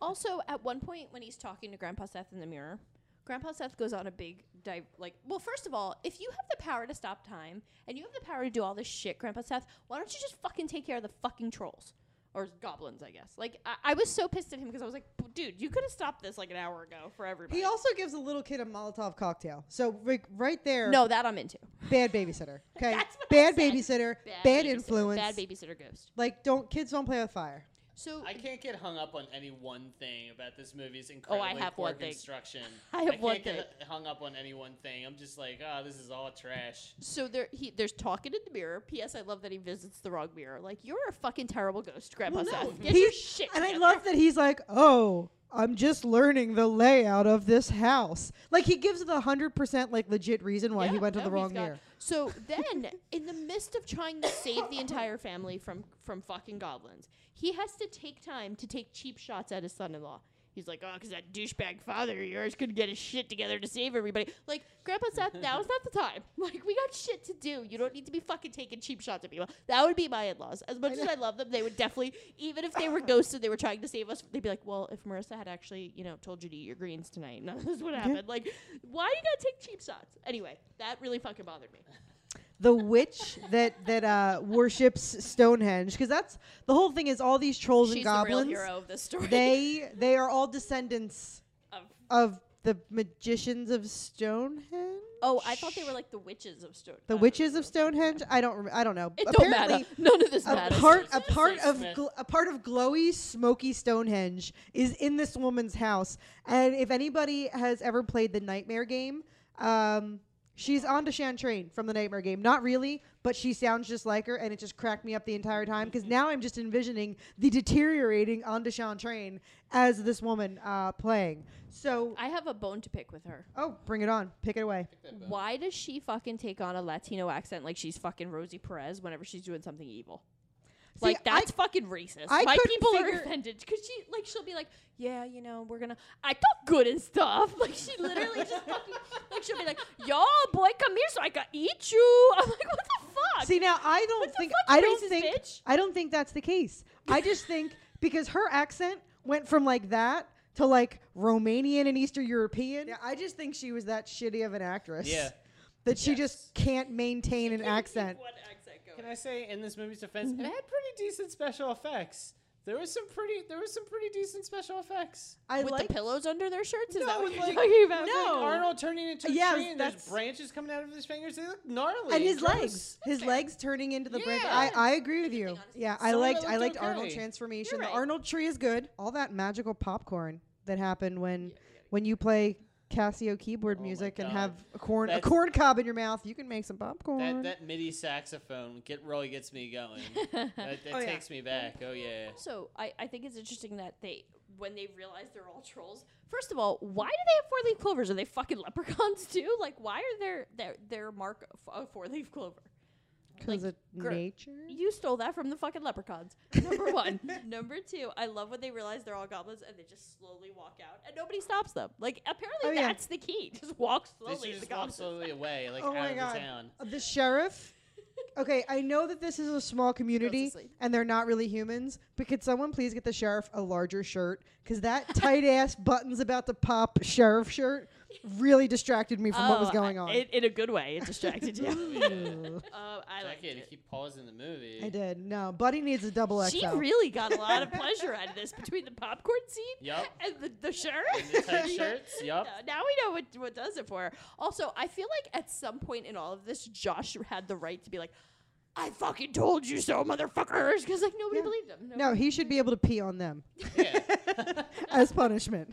Speaker 6: Also, at one point when he's talking to Grandpa Seth in the mirror, Grandpa Seth goes on a big dive. Like, well, first of all, if you have the power to stop time and you have the power to do all this shit, Grandpa Seth, why don't you just fucking take care of the fucking trolls or goblins? I guess. Like, I, I was so pissed at him because I was like, "B- dude, you could have stopped this like an hour ago for everybody.
Speaker 7: He also gives a little kid a Molotov cocktail. So like right there,
Speaker 6: no, that I'm into.
Speaker 7: bad
Speaker 6: [LAUGHS]
Speaker 7: babysitter. Okay,
Speaker 6: That's what I
Speaker 7: bad
Speaker 6: said.
Speaker 7: babysitter, bad,
Speaker 6: babysitter-
Speaker 7: influence.
Speaker 6: Bad babysitter ghost.
Speaker 7: like don't kids don't play with fire.
Speaker 6: So
Speaker 8: I can't get hung up on any one thing about this movie's incredibly
Speaker 6: Oh, have
Speaker 8: poor
Speaker 6: one thing.
Speaker 8: construction.
Speaker 6: [LAUGHS] I have
Speaker 8: can't
Speaker 6: one
Speaker 8: get hung up on any one thing. I'm just like, "Oh, this is all trash."
Speaker 6: So there, he there's talking in the mirror. P.S. I love that he visits the wrong mirror. Like you're a fucking terrible ghost, Grandpa Seth. Get
Speaker 7: He-
Speaker 6: your shit.
Speaker 7: And I
Speaker 6: together.
Speaker 7: love that he's like, oh, I'm just learning the layout of this house. Like he gives the hundred percent like legit reason why he
Speaker 6: Yeah,
Speaker 7: went to
Speaker 6: no,
Speaker 7: the
Speaker 6: he's
Speaker 7: wrong
Speaker 6: got-
Speaker 7: mirror.
Speaker 6: So then, in the midst of trying to save the entire family from from fucking goblins, he has to take time to take cheap shots at his son-in-law. He's like, oh, because that douchebag father of yours couldn't get his shit together to save everybody. Like, Grandpa Seth, now is not the time. [LAUGHS] Like, we got shit to do. You don't need to be fucking taking cheap shots at people. That would be my in-laws. As much as I love them, they would definitely, even if they were ghosts and they were trying to save us, they'd be like, well, if Marissa had actually, you know, told you to eat your greens tonight, [LAUGHS] none of this would happen. Like, why you gotta take cheap shots? Anyway, that really fucking bothered me.
Speaker 7: The witch that that uh, worships Stonehenge, because that's the whole thing is all these trolls and
Speaker 6: She's
Speaker 7: goblins.
Speaker 6: the real hero of this story.
Speaker 7: They they are all descendants
Speaker 6: Of-
Speaker 7: of the magicians of Stonehenge.
Speaker 6: [LAUGHS] oh, I thought they were like the witches of Stone.
Speaker 7: The witches of Stonehenge. I don't. Rem- I don't know.
Speaker 6: Uh, It don't matter. None of this
Speaker 7: a
Speaker 6: matters.
Speaker 7: part a part of
Speaker 8: Smith.
Speaker 7: gl- a part of glowy smoky stonehenge is in this woman's house and if anybody has ever played the nightmare game um she's on to chantrain from the nightmare game not really but she sounds just like her and it just cracked me up the entire time because now i'm just envisioning the deteriorating on to chantrain as this woman uh playing so
Speaker 6: I have a bone to pick with her.
Speaker 7: oh bring it on pick it away
Speaker 6: Why does she fucking take on a Latino accent like she's fucking Rosie Perez whenever she's doing something evil?
Speaker 7: See,
Speaker 6: like
Speaker 7: I-
Speaker 6: that's fucking racist.
Speaker 7: I
Speaker 6: My
Speaker 7: couldn't
Speaker 6: people are
Speaker 7: figure-
Speaker 6: offended because she like she'll be like, yeah, you know, we're gonna I talk good and stuff. [LAUGHS] Like she literally just fucking like she'll be like, yo, boy, come here so I can eat you. [LAUGHS] I'm like, what the fuck?
Speaker 7: See now, I don't
Speaker 6: What the
Speaker 7: think
Speaker 6: fuck,
Speaker 7: I don't
Speaker 6: racist
Speaker 7: think
Speaker 6: bitch?
Speaker 7: I don't think that's the case. I just
Speaker 6: [LAUGHS]
Speaker 7: think because her accent went from like that to like Romanian and Eastern European. Yeah, I just think she was that shitty of an actress.
Speaker 8: Yeah.
Speaker 7: That she just can't maintain an accent.
Speaker 8: Can I say, in this movie's defense,
Speaker 6: Mm-hmm.
Speaker 8: it had pretty decent special effects. There was some pretty, there was some pretty decent special effects.
Speaker 7: I
Speaker 6: with
Speaker 7: like
Speaker 6: the pillows under their shirts? Is that
Speaker 8: No,
Speaker 6: what
Speaker 8: with,
Speaker 6: you're
Speaker 8: like-
Speaker 6: talking about?
Speaker 8: Like
Speaker 7: No.
Speaker 8: Arnold turning into a
Speaker 7: Yeah,
Speaker 8: tree and there's
Speaker 7: that's-
Speaker 8: branches coming out of his fingers. They look gnarly.
Speaker 7: and his
Speaker 8: gross.
Speaker 7: legs, his legs turning into the branch.
Speaker 8: Yeah.
Speaker 7: I, I agree with you. Yeah, I
Speaker 8: Some of it
Speaker 7: liked I
Speaker 8: looked
Speaker 7: liked
Speaker 8: okay.
Speaker 7: Arnold transformation.
Speaker 6: You're
Speaker 7: The
Speaker 6: right.
Speaker 7: Arnold tree is good. All that magical popcorn that happened when when you play Casio keyboard
Speaker 8: Oh my
Speaker 7: music and
Speaker 8: God.
Speaker 7: have a corn a
Speaker 8: That's-
Speaker 7: corn cob in your mouth, you can make some popcorn.
Speaker 8: That that MIDI saxophone get really gets me
Speaker 6: [LAUGHS]
Speaker 8: going. that that
Speaker 7: yeah.
Speaker 8: takes me back. Oh yeah.
Speaker 6: Also, I, I think it's interesting that they, when they realize they're all trolls, first of all, why do they have four leaf clovers? Are they fucking leprechauns [LAUGHS] too? Like, why are their their their mark f- a four leaf clover?
Speaker 7: Because
Speaker 6: like,
Speaker 7: of
Speaker 6: gr-
Speaker 7: nature.
Speaker 6: You stole that from the fucking leprechauns.
Speaker 7: [LAUGHS]
Speaker 6: Number one. Number two, I love when they realize they're all goblins and they just slowly walk out and nobody stops them. Like, apparently
Speaker 7: Oh, yeah.
Speaker 6: that's the key. [LAUGHS] Just walk
Speaker 8: They
Speaker 6: slowly.
Speaker 8: should
Speaker 6: as the
Speaker 8: just walk
Speaker 6: goblins. [LAUGHS]
Speaker 8: slowly away, like
Speaker 7: Oh
Speaker 8: out
Speaker 7: my
Speaker 8: of
Speaker 7: God.
Speaker 8: the town.
Speaker 7: Uh, The sheriff. Okay, I know that this is a small community
Speaker 6: asleep.
Speaker 7: and they're not really humans, but could someone please [LAUGHS] get the sheriff a larger shirt? Because that tight ass button's about to pop sheriff shirt really distracted me from what was
Speaker 6: Oh,
Speaker 7: going
Speaker 6: I-
Speaker 7: on.
Speaker 6: It, in a good way, it distracted
Speaker 7: [LAUGHS]
Speaker 6: you.
Speaker 7: Ugh.
Speaker 6: Uh, I liked
Speaker 8: Jackie had to
Speaker 6: it.
Speaker 8: keep pausing the movie.
Speaker 7: I did. No, Buddy needs a double XL.
Speaker 6: She really got a lot of pleasure out of this between the popcorn
Speaker 8: [LAUGHS]
Speaker 6: scene [LAUGHS]
Speaker 8: Yup.
Speaker 6: and Uh, the,
Speaker 7: [LAUGHS]
Speaker 6: the shirt.
Speaker 8: And
Speaker 6: [LAUGHS]
Speaker 8: the tight shirts. Yup.
Speaker 6: Uh, Now we know what, what does it for. her. Also, I feel like at some point in all of this, Josh had the right to be like, I fucking told you so, motherfuckers. Because, like, nobody
Speaker 7: Yeah.
Speaker 6: believed him.
Speaker 7: no, he should be able to pee on them
Speaker 8: Yeah.
Speaker 7: [LAUGHS] as
Speaker 6: [LAUGHS]
Speaker 7: punishment.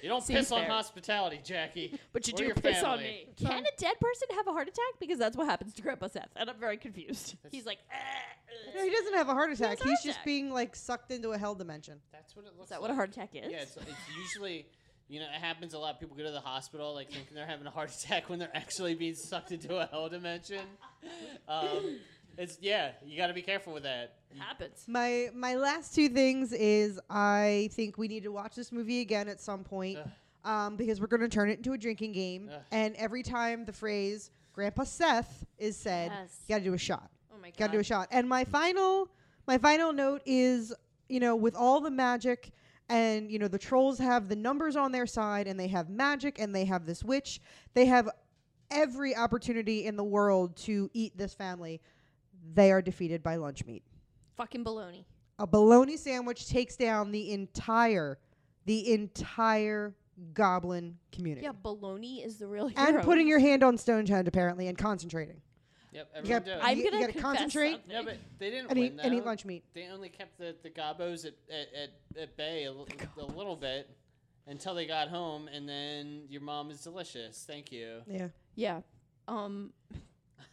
Speaker 8: You don't
Speaker 6: Seems
Speaker 8: piss on
Speaker 6: fair.
Speaker 8: hospitality, Jackie.
Speaker 6: [LAUGHS] But you
Speaker 8: Or
Speaker 6: do
Speaker 8: your
Speaker 6: piss on
Speaker 8: family.
Speaker 6: me. Can a dead person have a heart attack? Because that's what happens to Grandpa Seth. And I'm very confused. He's like, "Uh, uh."
Speaker 7: No, he doesn't have a heart attack.
Speaker 6: heart
Speaker 7: He's just
Speaker 6: attack.
Speaker 7: being like sucked into a hell dimension.
Speaker 8: That's what it looks
Speaker 6: is that
Speaker 8: like.
Speaker 6: what a heart attack is?
Speaker 8: Yeah, it's, it's usually, you know, it happens a lot. People go to the hospital like thinking they're having a heart [LAUGHS] attack when they're actually being sucked into a hell dimension.
Speaker 6: [LAUGHS]
Speaker 8: Um, it's yeah, you got to be careful with that.
Speaker 6: it happens.
Speaker 7: My my last two things is I think we need to watch this movie again at some point um, because we're going to turn it into a drinking game.
Speaker 8: Ugh.
Speaker 7: And every time the phrase "Grandpa Seth" is said,
Speaker 6: Yes.
Speaker 7: you got to do a shot.
Speaker 6: Oh, my God.
Speaker 7: Got to do a shot. And my final my final note is you know with all the magic and you know the trolls have the numbers on their side and they have magic and they have this witch. They have every opportunity in the world to eat this family. They are defeated by lunch meat
Speaker 6: Fucking baloney.
Speaker 7: a bologna sandwich takes down the entire the entire goblin community
Speaker 6: Yeah, baloney is the real hero.
Speaker 7: and putting your hand on stonehenge apparently and concentrating
Speaker 8: Yep, everyone
Speaker 7: got-
Speaker 8: do it.
Speaker 7: I-
Speaker 6: I'm
Speaker 7: you- you
Speaker 6: gonna
Speaker 7: gotta
Speaker 6: confess
Speaker 7: concentrate.
Speaker 6: something.
Speaker 8: no, but they didn't
Speaker 7: and
Speaker 8: win
Speaker 7: eat,
Speaker 8: that.
Speaker 7: and eat lunch meat
Speaker 8: They only kept the the gobos at at, at, at bay a, l- a little bit until they got home, and then your mom is delicious.
Speaker 7: [LAUGHS]
Speaker 8: Thank you.
Speaker 7: yeah
Speaker 6: Yeah. Um, [LAUGHS]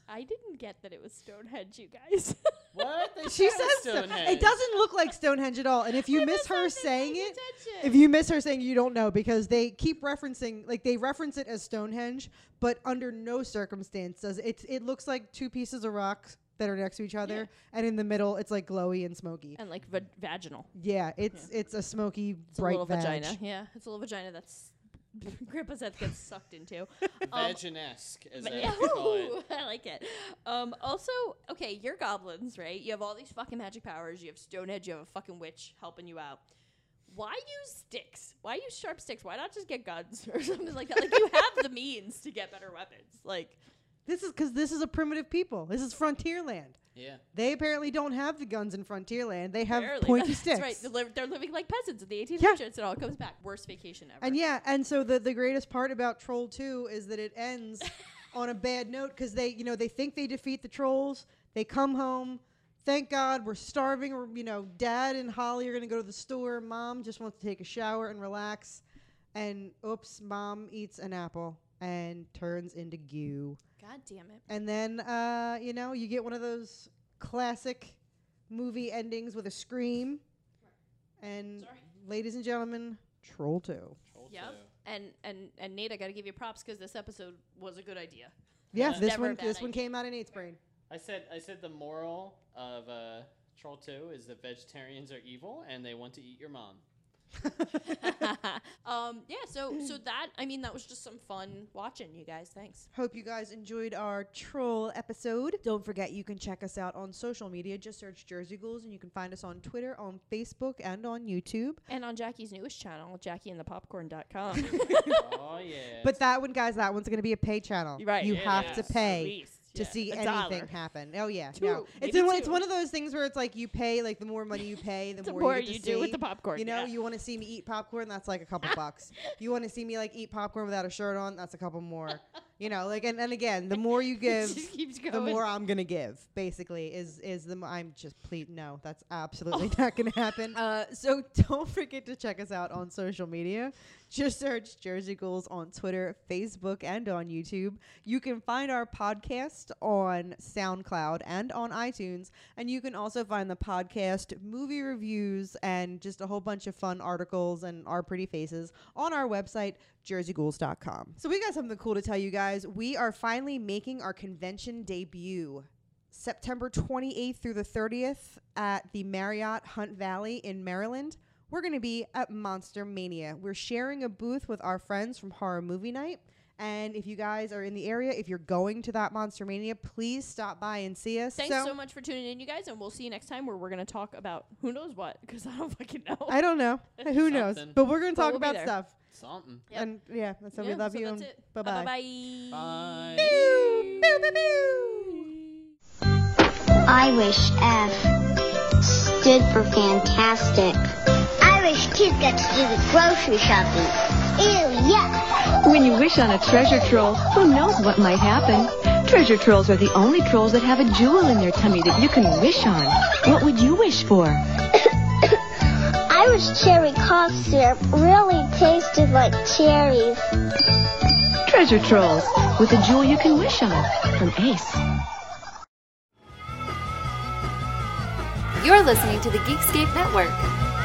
Speaker 6: I didn't get that it was Stonehenge, you
Speaker 7: [LAUGHS]
Speaker 6: guys.
Speaker 8: What they
Speaker 7: she
Speaker 8: said
Speaker 7: says
Speaker 8: was
Speaker 7: so.
Speaker 8: Stonehenge.
Speaker 7: it doesn't look like stonehenge at all and if you miss her saying it if
Speaker 6: Attention.
Speaker 7: you miss her saying you don't know because they keep referencing like they reference it as stonehenge but under no circumstance does it it looks like two pieces of rock that are next to each other and in the middle it's like glowy and smoky
Speaker 6: And like va- vaginal.
Speaker 7: yeah it's it's a smoky
Speaker 6: It's
Speaker 7: bright
Speaker 6: a little
Speaker 7: vag.
Speaker 6: vagina. [LAUGHS] Yeah, it's a little vagina that's [LAUGHS] Grandpa Seth gets sucked
Speaker 8: [LAUGHS]
Speaker 6: into. Um,
Speaker 8: Vaginesque,
Speaker 7: [LAUGHS]
Speaker 8: as
Speaker 6: but- [LAUGHS]
Speaker 8: I like to call it.
Speaker 6: Ooh, I like it. Um, also, okay, you're goblins, right? You have all these fucking magic powers. You have Stonehenge. You have a fucking witch helping you out. Why use sticks? Why use sharp sticks? Why not just get guns [LAUGHS] or something like that? Like you have the means to get better weapons. Like
Speaker 7: This is because this is a primitive people. This is Frontierland.
Speaker 8: Yeah.
Speaker 7: They apparently don't have the guns in Frontierland. They have
Speaker 6: Barely.
Speaker 7: pointy
Speaker 6: [LAUGHS] That's
Speaker 7: sticks.
Speaker 6: right. They're, li- they're living like peasants in the 1800s. It all comes back. Worst vacation ever.
Speaker 7: and yeah, and so the the greatest part about Troll Two is that it
Speaker 6: [LAUGHS]
Speaker 7: ends on a bad note because they you know they think they defeat the trolls. They come home. Thank God we're starving. Or, you know, Dad and Holly are gonna go to the store. Mom just wants to take a shower and relax. And oops, Mom eats an apple and turns into goo.
Speaker 6: God damn it.
Speaker 7: And then, uh, you know, you get one of those classic movie endings with a scream. And, ladies and gentlemen, Troll 2.
Speaker 6: Yep. And and and Nate, I gotta give you props because this episode was a good idea. [LAUGHS]
Speaker 7: Yeah,
Speaker 8: That's
Speaker 7: this
Speaker 6: never a
Speaker 7: one
Speaker 6: bad
Speaker 7: this one
Speaker 6: idea.
Speaker 7: came out in eighth grade.
Speaker 8: I said I said the moral of uh, Troll Two is that vegetarians are evil and they want to eat
Speaker 7: [LAUGHS]
Speaker 8: your mom.
Speaker 6: um, yeah. So so that I mean that was just some fun watching you guys. Thanks.
Speaker 7: Hope you guys enjoyed our troll episode. Don't forget you can check us out on social media. Just search Jersey Ghouls and you can find us on Twitter, on Facebook, and on YouTube.
Speaker 6: And on Jackie's newest channel, [LAUGHS] JackieandThePopcorn.com.
Speaker 8: oh yeah.
Speaker 7: But that one, guys, that one's going to be a pay channel.
Speaker 6: Right.
Speaker 7: You
Speaker 6: It
Speaker 7: have
Speaker 8: is.
Speaker 7: to
Speaker 8: At
Speaker 7: pay.
Speaker 6: least,
Speaker 7: to
Speaker 6: yeah.
Speaker 7: see
Speaker 6: A
Speaker 7: anything
Speaker 6: dollar.
Speaker 7: happen. Oh yeah,
Speaker 6: Two,
Speaker 7: no. It's
Speaker 6: maybe
Speaker 7: in, it's
Speaker 6: two.
Speaker 7: one of those things where it's like you pay like the more money you pay, the,
Speaker 6: [LAUGHS] The
Speaker 7: more,
Speaker 6: more
Speaker 7: you, get
Speaker 6: you
Speaker 7: to
Speaker 6: do with
Speaker 7: see.
Speaker 6: the popcorn,
Speaker 7: You know,
Speaker 6: yeah.
Speaker 7: Oh, you want to see me eat popcorn, that's like a couple bucks. You want to see me like eat popcorn without a shirt on, that's a couple more. You know, like and, and again, the more [LAUGHS] you give,
Speaker 6: just keeps
Speaker 7: the
Speaker 6: going.
Speaker 7: more I'm gonna give. Basically, is is the mo- I'm just plead no, that's absolutely [LAUGHS] not gonna happen. Uh, so don't forget to check us out on social media. Just search Jersey Ghouls on Twitter, Facebook, and on YouTube. You can find our podcast on SoundCloud and on iTunes, and you can also find the podcast movie reviews and just a whole bunch of fun articles and our pretty faces on our website jerseyghouls.com. So we got something cool to tell you guys. We are finally making our convention debut. September 28th through the 30th at the Marriott Hunt Valley in Maryland. We're going to be at Monster Mania. We're sharing a booth with our friends from Horror Movie Night, And if you guys are in the area, if you're going to that Monster Mania, please stop by and see us.
Speaker 6: Thanks so, much for tuning in, you guys, and we'll see you next time where we're going to talk about who knows what because I don't fucking know.
Speaker 7: I don't
Speaker 6: [LAUGHS]
Speaker 7: know. Who knows?
Speaker 8: Something.
Speaker 7: But we're going to
Speaker 6: But
Speaker 7: talk
Speaker 6: we'll be
Speaker 7: about
Speaker 6: there.
Speaker 7: stuff.
Speaker 8: Something.
Speaker 6: Yep.
Speaker 7: And yeah, that's so we
Speaker 6: Yeah,
Speaker 7: love
Speaker 6: so
Speaker 7: you.
Speaker 6: that's
Speaker 7: and
Speaker 6: it.
Speaker 7: Bye bye.
Speaker 6: Bye-bye.
Speaker 8: Bye.
Speaker 10: I wish F stood for fantastic. I wish kids got to do the grocery shopping. Ew, yuck.
Speaker 11: When you wish on a treasure troll, who knows what might happen? Treasure trolls are the only trolls that have a jewel in their tummy that you can wish on. What would you wish for?
Speaker 10: I wish cherry cough syrup really tasted like cherries.
Speaker 11: Treasure trolls with a jewel you can wish on from Ace.
Speaker 12: You're listening to the Geekscape Network.